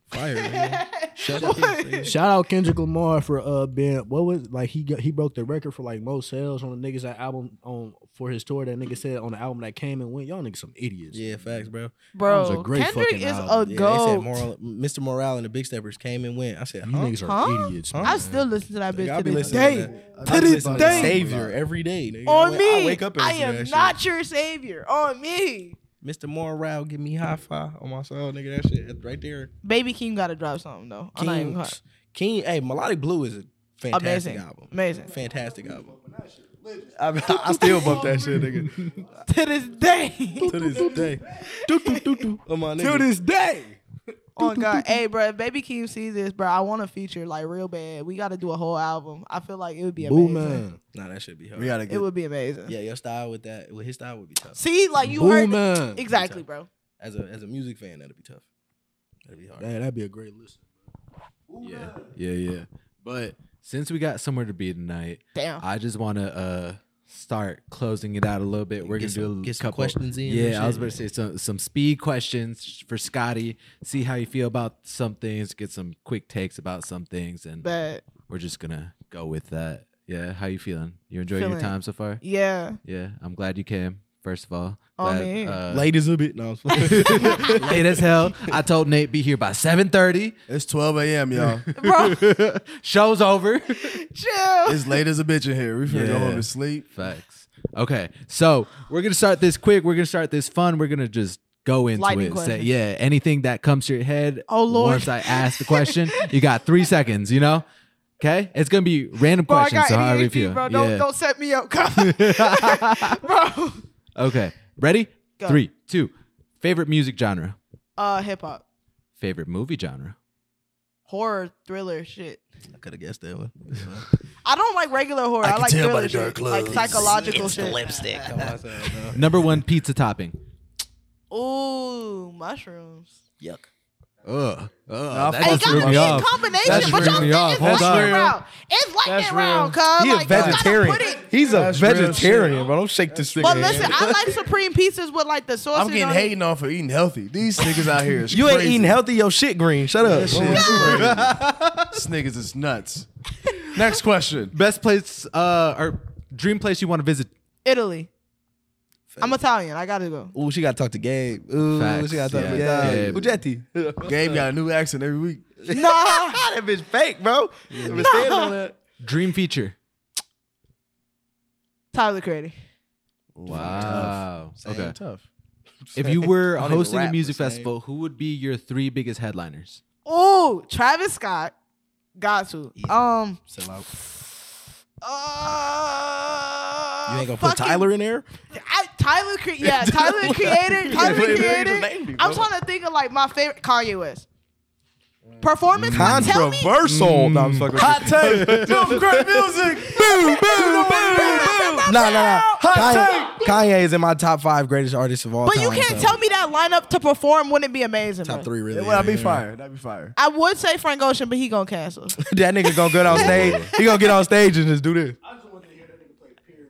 Fire. nigga. Shut up. nigga.
Shout out Kendrick Lamar for uh being what was like he got, he broke the record for like most sales on the niggas that album on for his tour that nigga said on the album that came and went y'all niggas some idiots.
Yeah, facts, bro.
That was
Bro,
a great
Kendrick
fucking
is a
album.
Yeah, they said
goat.
moral, Mr. Morale and the Big Steppers came and went. I said,
you
huh?
niggas are
Huh?
idiots.
Huh?
I still listen to that bitch
Nigga, I
to
be
this
listening
day.
to that. I be
this
listening to
day.
Savior every day, nigga.
On
I
me, I,
wake up and listen to
am
that
not your savior. On me,
Shit. Mr. Morale, give me high five on my soul, nigga. That shit right there.
Baby King got to drop something though. I'm not even
King,
gonna-
King, hey, Melodic Blue is a fantastic
Amazing,
album.
amazing.
Fantastic album. I, mean, I still bump that shit, nigga.
To this day,
To this day. Do, do, do, do. On Oh, my nigga.
this day.
oh god, hey bro, if Baby King sees this, bro, I want a feature like real bad. We got to do a whole album. I feel like it would be
Boo
amazing.
man.
Nah, that should be hard.
We gotta
It
get.
would be amazing.
yeah, your style with that, with his style would be tough.
See, like you
Boo
heard
man.
exactly, bro.
As a as a music fan, that'd be tough. That'd be hard.
Yeah, that'd be a great listen.
Yeah, yeah, yeah. But since we got somewhere to be tonight,
Damn.
I just want to uh start closing it out a little bit. We're
Get
gonna do
some-
a
get some
couple
questions in and
Yeah, I was
shit.
about to say some some speed questions for Scotty. See how you feel about some things. Get some quick takes about some things, and
But
we're just gonna go with that. Yeah, how you feeling? You enjoying your
Feeling-
time so far?
yeah,
Yeah, I'm glad you came. First of all,
Oh,
glad,
man.
uh,
Late as a bit. No, I'm just playing.
late as hell. I told Nate be here by 7:30.
It's 12 a.m. Y'all.
bro,
Show's over.
chill.
It's late as a bitch in here. We finna go
Yeah.
home and sleep.
Facts. Okay, so we're gonna start this quick. We're gonna start this fun. We're gonna just go into
Lightning
it. Say-
questions.
yeah, anything that comes to your head.
Oh, Lord.
Once I ask the question, you got three seconds. You know. Okay, it's gonna be random
Bro, I
questions.
got
so however you
ADHD,
feel.
bro. Don't
yeah.
don't set me up, bro.
Okay, ready?
Go.
Three, two. Favorite music genre.
Uh, hip hop,
Favorite movie genre.
horror, thriller, shit.
I could have guessed that one.
I don't like regular horror. I, like thriller shit, like psychological shit.
Number one pizza topping.
Ooh, mushrooms.
Yuck.
Ugh.
Nah,
that
fuck
It
just
got
threw
to
me
be in
off.
combination,
That's
but y'all
real.
think it's
Hold
lightning
on.
round. It's lightning
That's real.
round, cuz.
He a
Like, y'all gotta
vegetarian.
put it-
He's a
That's real
vegetarian,
shit.
bro. Don't shake this nigga.
But
hand.
listen, I like supreme pieces with like the sausage.
I'm getting
on it.
hating on for eating healthy. These niggas out here is
you ain't
crazy.
eating healthy. Your shit green. Shut up.
That shit is crazy. This niggas is nuts. Next question.
Best place uh, or dream place you want to visit?
Italy. I'm Italian. I gotta go.
Ooh, she got to talk to Gabe. Ooh,
Facts,
she got to talk
yeah.
to Gabe. Ooh, Jetty.
Gabe got a new accent every week.
Nah.
that bitch fake, bro. Been standing on that.
Dream feature.
Tyler Creator.
Wow. Okay.
Tough.
If you were
I don't even
hosting a
rap
music
the same.
festival, who would be your three biggest headliners?
Oh, Travis Scott. Got to. Um.
Sell out.
Uh,
You ain't gonna put
fucking-
Tyler in there?
I, Tyler, Cre- yeah, Tyler the Creator, Tyler the Creator. I'm trying to think of like my favorite Kanye West performance. like, Tell me,
Mm.
Controversial. No, I'm fucking with you.
take. great music. Boom, boom, boom, boom. Nah, nah, nah. Hot Kanye, Kanye is in my top five greatest artists of all
but
time.
you can't
so
tell me that lineup to perform wouldn't be amazing.
Top
bro.
three, really.
That would be
Yeah.
fire. That'd be fire.
I would say Frank Ocean, but he gonna cancel.
that nigga gonna get on stage. He gonna get on stage and just do this.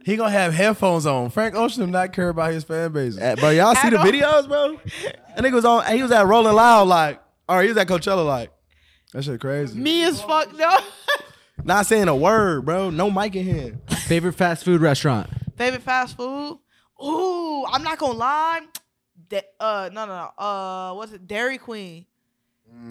He gonna have headphones on. Frank Ocean do not care about his fan base.
Uh, bro, y'all see
I
the
don't-
videos, bro? That nigga was on. He was at Rolling Loud, like, or he was at Coachella, like,
That shit crazy.
me as fuck no.
not saying a word, bro. No mic in here.
Favorite fast food restaurant?
favorite fast food. Ooh, I'm not gonna lie. Da- uh, no, no, no. Uh, what's it? Dairy Queen.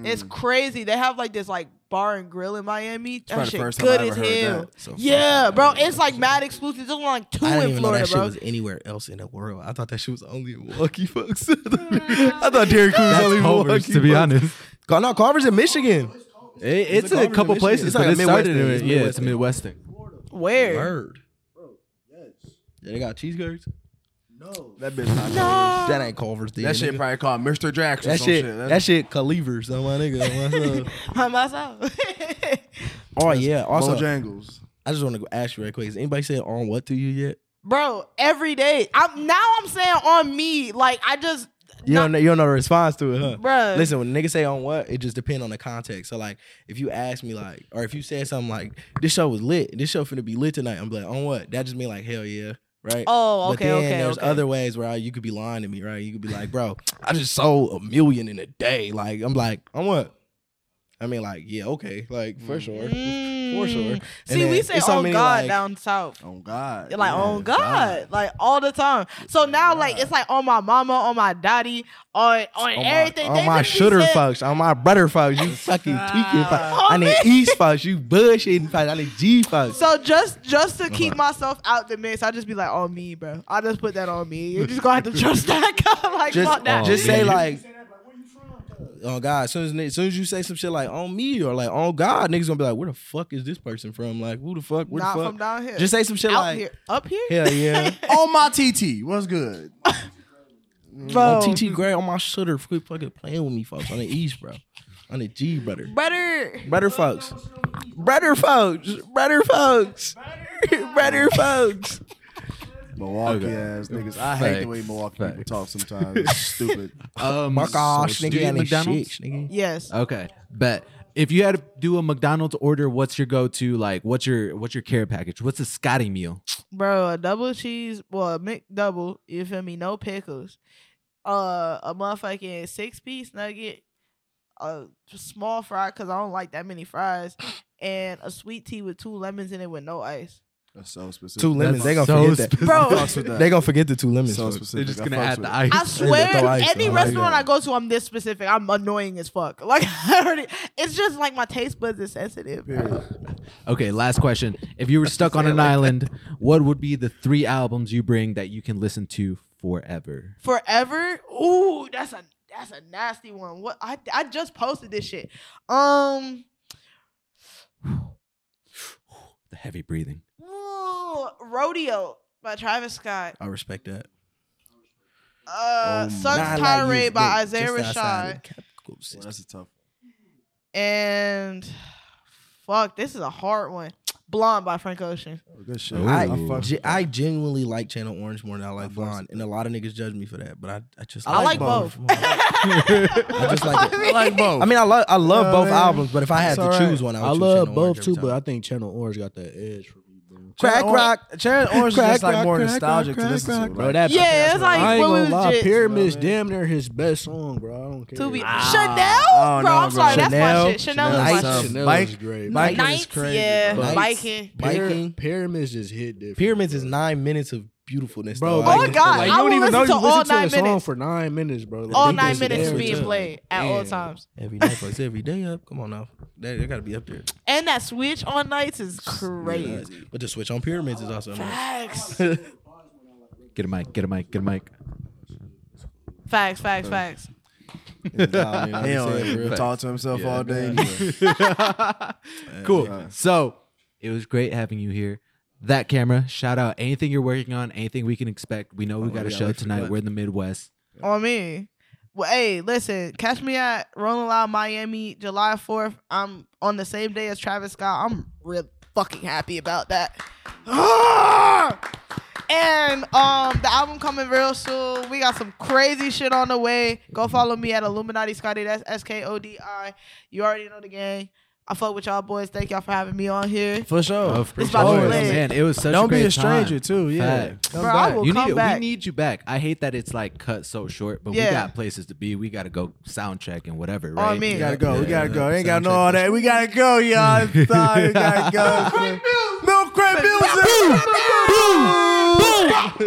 It's
Mm.
crazy. They have like this like bar and grill in Miami. That
probably the
shit
first time
good
I ever
as
heard
hell.
that. So
yeah, bro. It's like mad exclusive. There's only like two
I didn't
in
even know
Florida,
that
bro.
shit was anywhere else in the world. I thought that shit was only in Milwaukee, folks. I thouought Derrick Queen was only in Milwaukee.
to be
folks.
honest.
Car- No, Carver's in Michigan.
it's, a,
Carver
couple
Michigan?
places,
It's
but
like a
it started
Midwestern,
in
it's
yeah, it's Midwest thing.
Where?
Word. Yeah, they got cheese curds.
That bitch not
That ain't Culver's.
That shit probably called Mr. Jackson.
That shit,
That's
that shit, Calivers, on my nigga. on my son.
By myself.
oh yeah. Also,
Bojangles.
I just want to ask you real quick. Has anybody said on what to you yet?
bro, every day. I'm now I'm saying on me. Like I just
You
Not-
don't know, you don't know the response to it, huh?
Bruh.
Listen, when niggas say on what, it just depends on the context. So like, if you ask me like, or if you said something like, "This show was lit. This show finna be lit tonight," I'm like, "On what?" That just mean like, "Hell yeah." Right.
Oh,
But
okay,
then
okay.
there's
okay.
other ways where I, you could be lying to me, right? You could be like, "Bro, I just sold a million in a day." Like, I'm like, "On what?" I mean, like, yeah, okay, like for sure, for sure.
Mm.
And
See,
then
we say
it's so
on
many,
God
like-
down south.
Oh God.
Like
Yeah,
on God, like all the time. So now, like it's like on my mama, on my daddy, on on, everything.
My,
They
on my
literally
shooter
said- "Oh,
folks, on my brother folks, you fucking tweaking folks. I need
Homie.
East folks, you bullshitting folks. I need G folks.
So just just to keep
Uh-huh.
myself out the mix, I just be like, on me, bro. I just put that on me. You're just gonna have to trust that. guy. like
Just,
fuck that.
just
yeah.
say like, oh God, as soon as, as soon as you say some shit like on me or like on God, niggas gonna be like, where the fuck is this person from? Like, who the fuck? Where
not
the fuck?
from down here.
Just say some shit
out
like,
here, up here.
hell yeah.
Oh,
On my TT. What's good?
bro.
On TT "Oh, Gray, on my shooter, quit fucking playing with me, folks. On the East, bro. On the G, brother.
Brother,
Brother folks. Brother folks. Brother folks. Brother folks.
Milwaukee ass niggas. I hate the way Milwaukee people talk sometimes. It's stupid.
Um,
Fuck off,
so
nigga.
do you eat
and it's
McDonald's?
shit, nigga.
yes.
Okay, bet. If you had to do a McDonald's order, what's your go-to? Like, what's your what's your care package? What's a Scotty meal?
bro, a double cheese, well, a McDouble. You feel me? No pickles. Uh, a motherfucking six piece nugget, a small fry because I don't like that many fries, and a sweet tea with two lemons in it with no ice.
That's so specific.
Two lemons. They gonna
so
forget that.
specific.
Bro,
Fucks with that.
They gonna forget the two lemons.
so
folks.
specific.
They're just gonna
I fucks
add
with
the
it.
ice.
I swear,
throw ice
any
on it.
restaurant I go to, I'm this specific. I'm annoying as fuck. Like, I already, it's just like my taste buds is sensitive. Bro.
Okay, last question. If you were stuck on an island, what would be the three albums you bring that you can listen to forever?
Forever. Ooh, that's a that's a nasty one. What I I just posted this shit. Um.
The heavy breathing.
Ooh, Rodeo by Travis Scott.
I respect that.
Uh,
Oh,
Sun's
Nah, I like
Tirade
you,
by
but
Isaiah
just outside of
Rashad.
the capital
Well,
system.
that's a tough.
And fuck, this is a hard one. Blonde by Frank Ocean.
Oh, good shit.
Ooh.
I,
I fucks
ge-
with that.
I genuinely like Channel Orange more than I like
fucks
Blonde, and a lot of niggas judge me for that. But I, I just
I like
Blonde
both.
more. I just like it.
I like both.
I mean, I love I love
Yeah,
both
man.
albums, but if I had
It's
to
all right.
choose one, I would
I
choose
love
Channel
both
Orange every
too, but
time.
I think Channel Orange got that edge for me, bro.
Crack
Orange-
Rock,
Channel Orange is
Crack
just like
Rock,
more
Crack
nostalgic
Rock,
to listen
Crack
to. Like,
Rock. Bro, that-
Yeah, it's
I
like
ain't
what
gonna lie,
was legit.
You know
Pyramids
what I mean?
damn near his best song, bro. I don't care. Ah,
To be
Ah,
Chanel,
Oh,
I don't
bro.
know,
I'm
bro.
sorry, that's
Chanel-
my shit. Chanel
Chanel
is
is
my
tough.
shit.
Chanel
Mike-
is great.
Mike- Biking is
Nights,
crazy,
yeah,
bro.
biking.
Pyra-
Biking.
Pyramids just hit different.
Pyramids is nine minutes of beautifulness.
Bro,
though.
like-
Oh my God,
like,
I will listen to all
listened
nine
a song
minutes.
for nine minutes, bro. Like,
all
you
nine
just
minutes
there.
being played at all
Yeah.
times.
every night, but it's every day up. Come on now, that, that gotta be up there.
And that switch on nights is crazy.
But the switch on pyramids is also. nice.
Facts.
Get a mic, get a mic, get a mic.
Facts, facts, facts.
Nah, man,
He don't
he
even
don't talk to himself all day.
cool.
Yeah.
So it was great having you here. That camera, shout out. Anything you're working on, anything we can expect. We know we got a show tonight. We're in the Midwest.
On me. Well, hey, listen, catch me at Rolling Loud Miami July 4th. I'm on the same day as Travis Scott. I'm real fucking happy about that. And um the album coming real soon. We got some crazy shit on the way. Go follow me at Illuminati Scotty. That's S K O D I. You already know the game. I fuck with y'all boys. Thank y'all for having me on here.
For sure.
It's about to
course,
lit.
Oh, man. It was such a
Don't
great
be a stranger
time.
too. Yeah.
Fact.
Come
Bro, I
back.
will
you
come
need
back.
we need you back. I hate that it's like cut so short, but
Yeah. Oh,
we got places to be. We gotta go sound check and whatever,
On
right?
me.
We gotta go. We gotta go. Ain't got no all that. We gotta go, y'all. It's time. We gotta go. Milk crate music.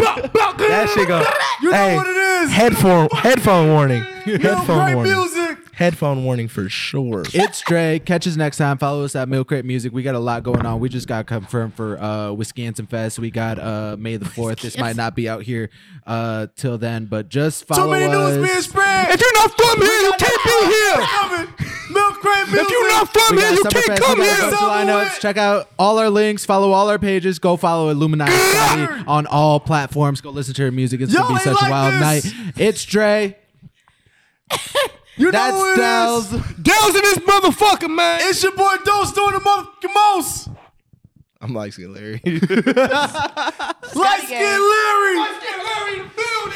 That shit go.
You know
Hey.
what it is.
Headphone headphone warning.
Milk
Headphone
crate
warning.
music.
Headphone warning for sure.
It's Dre. Catch us next time. Follow us at Milk Crate Music. We got a lot going on. We just got confirmed for uh Wisconsin Fest. We got uh May the fourth. This might not be out here uh till then, but just follow
Too many
us.
news being spread.
If you're not from here, you can't be here.
Coming. Milk crate music.
If you're not from
We
here,
got
you
Summerfest.
can't
We
come
got
here.
special lineups.
it.
Check out all our links. Follow all our pages. Go follow Illuminati Scotty on all platforms. Go listen to her music. It's
Y'all
gonna be
ain't
such a
like
wild
this.
night. It's Dre.
You know
That's
who it is.
Styles.
Down in this motherfucker, man.
It's your boy Dose doing the motherfucking most.
I'm like Skid Larry.
Light skin
gang.
Larry.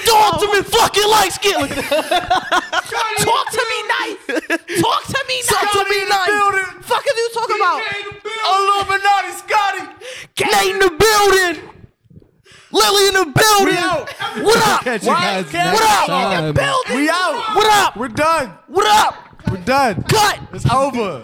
Talk to me fucking like skin. Talk to me nice. Talk to me nice. Talk to me
Building.
Fuck is you talking about?
Illuminati Scotty.
Gang in the building. Lily in the building. What up?
Catch you guys next
What up?
time.
Building.
We out.
What up?
We're done.
What up?
We're done.
Cut.
It's over.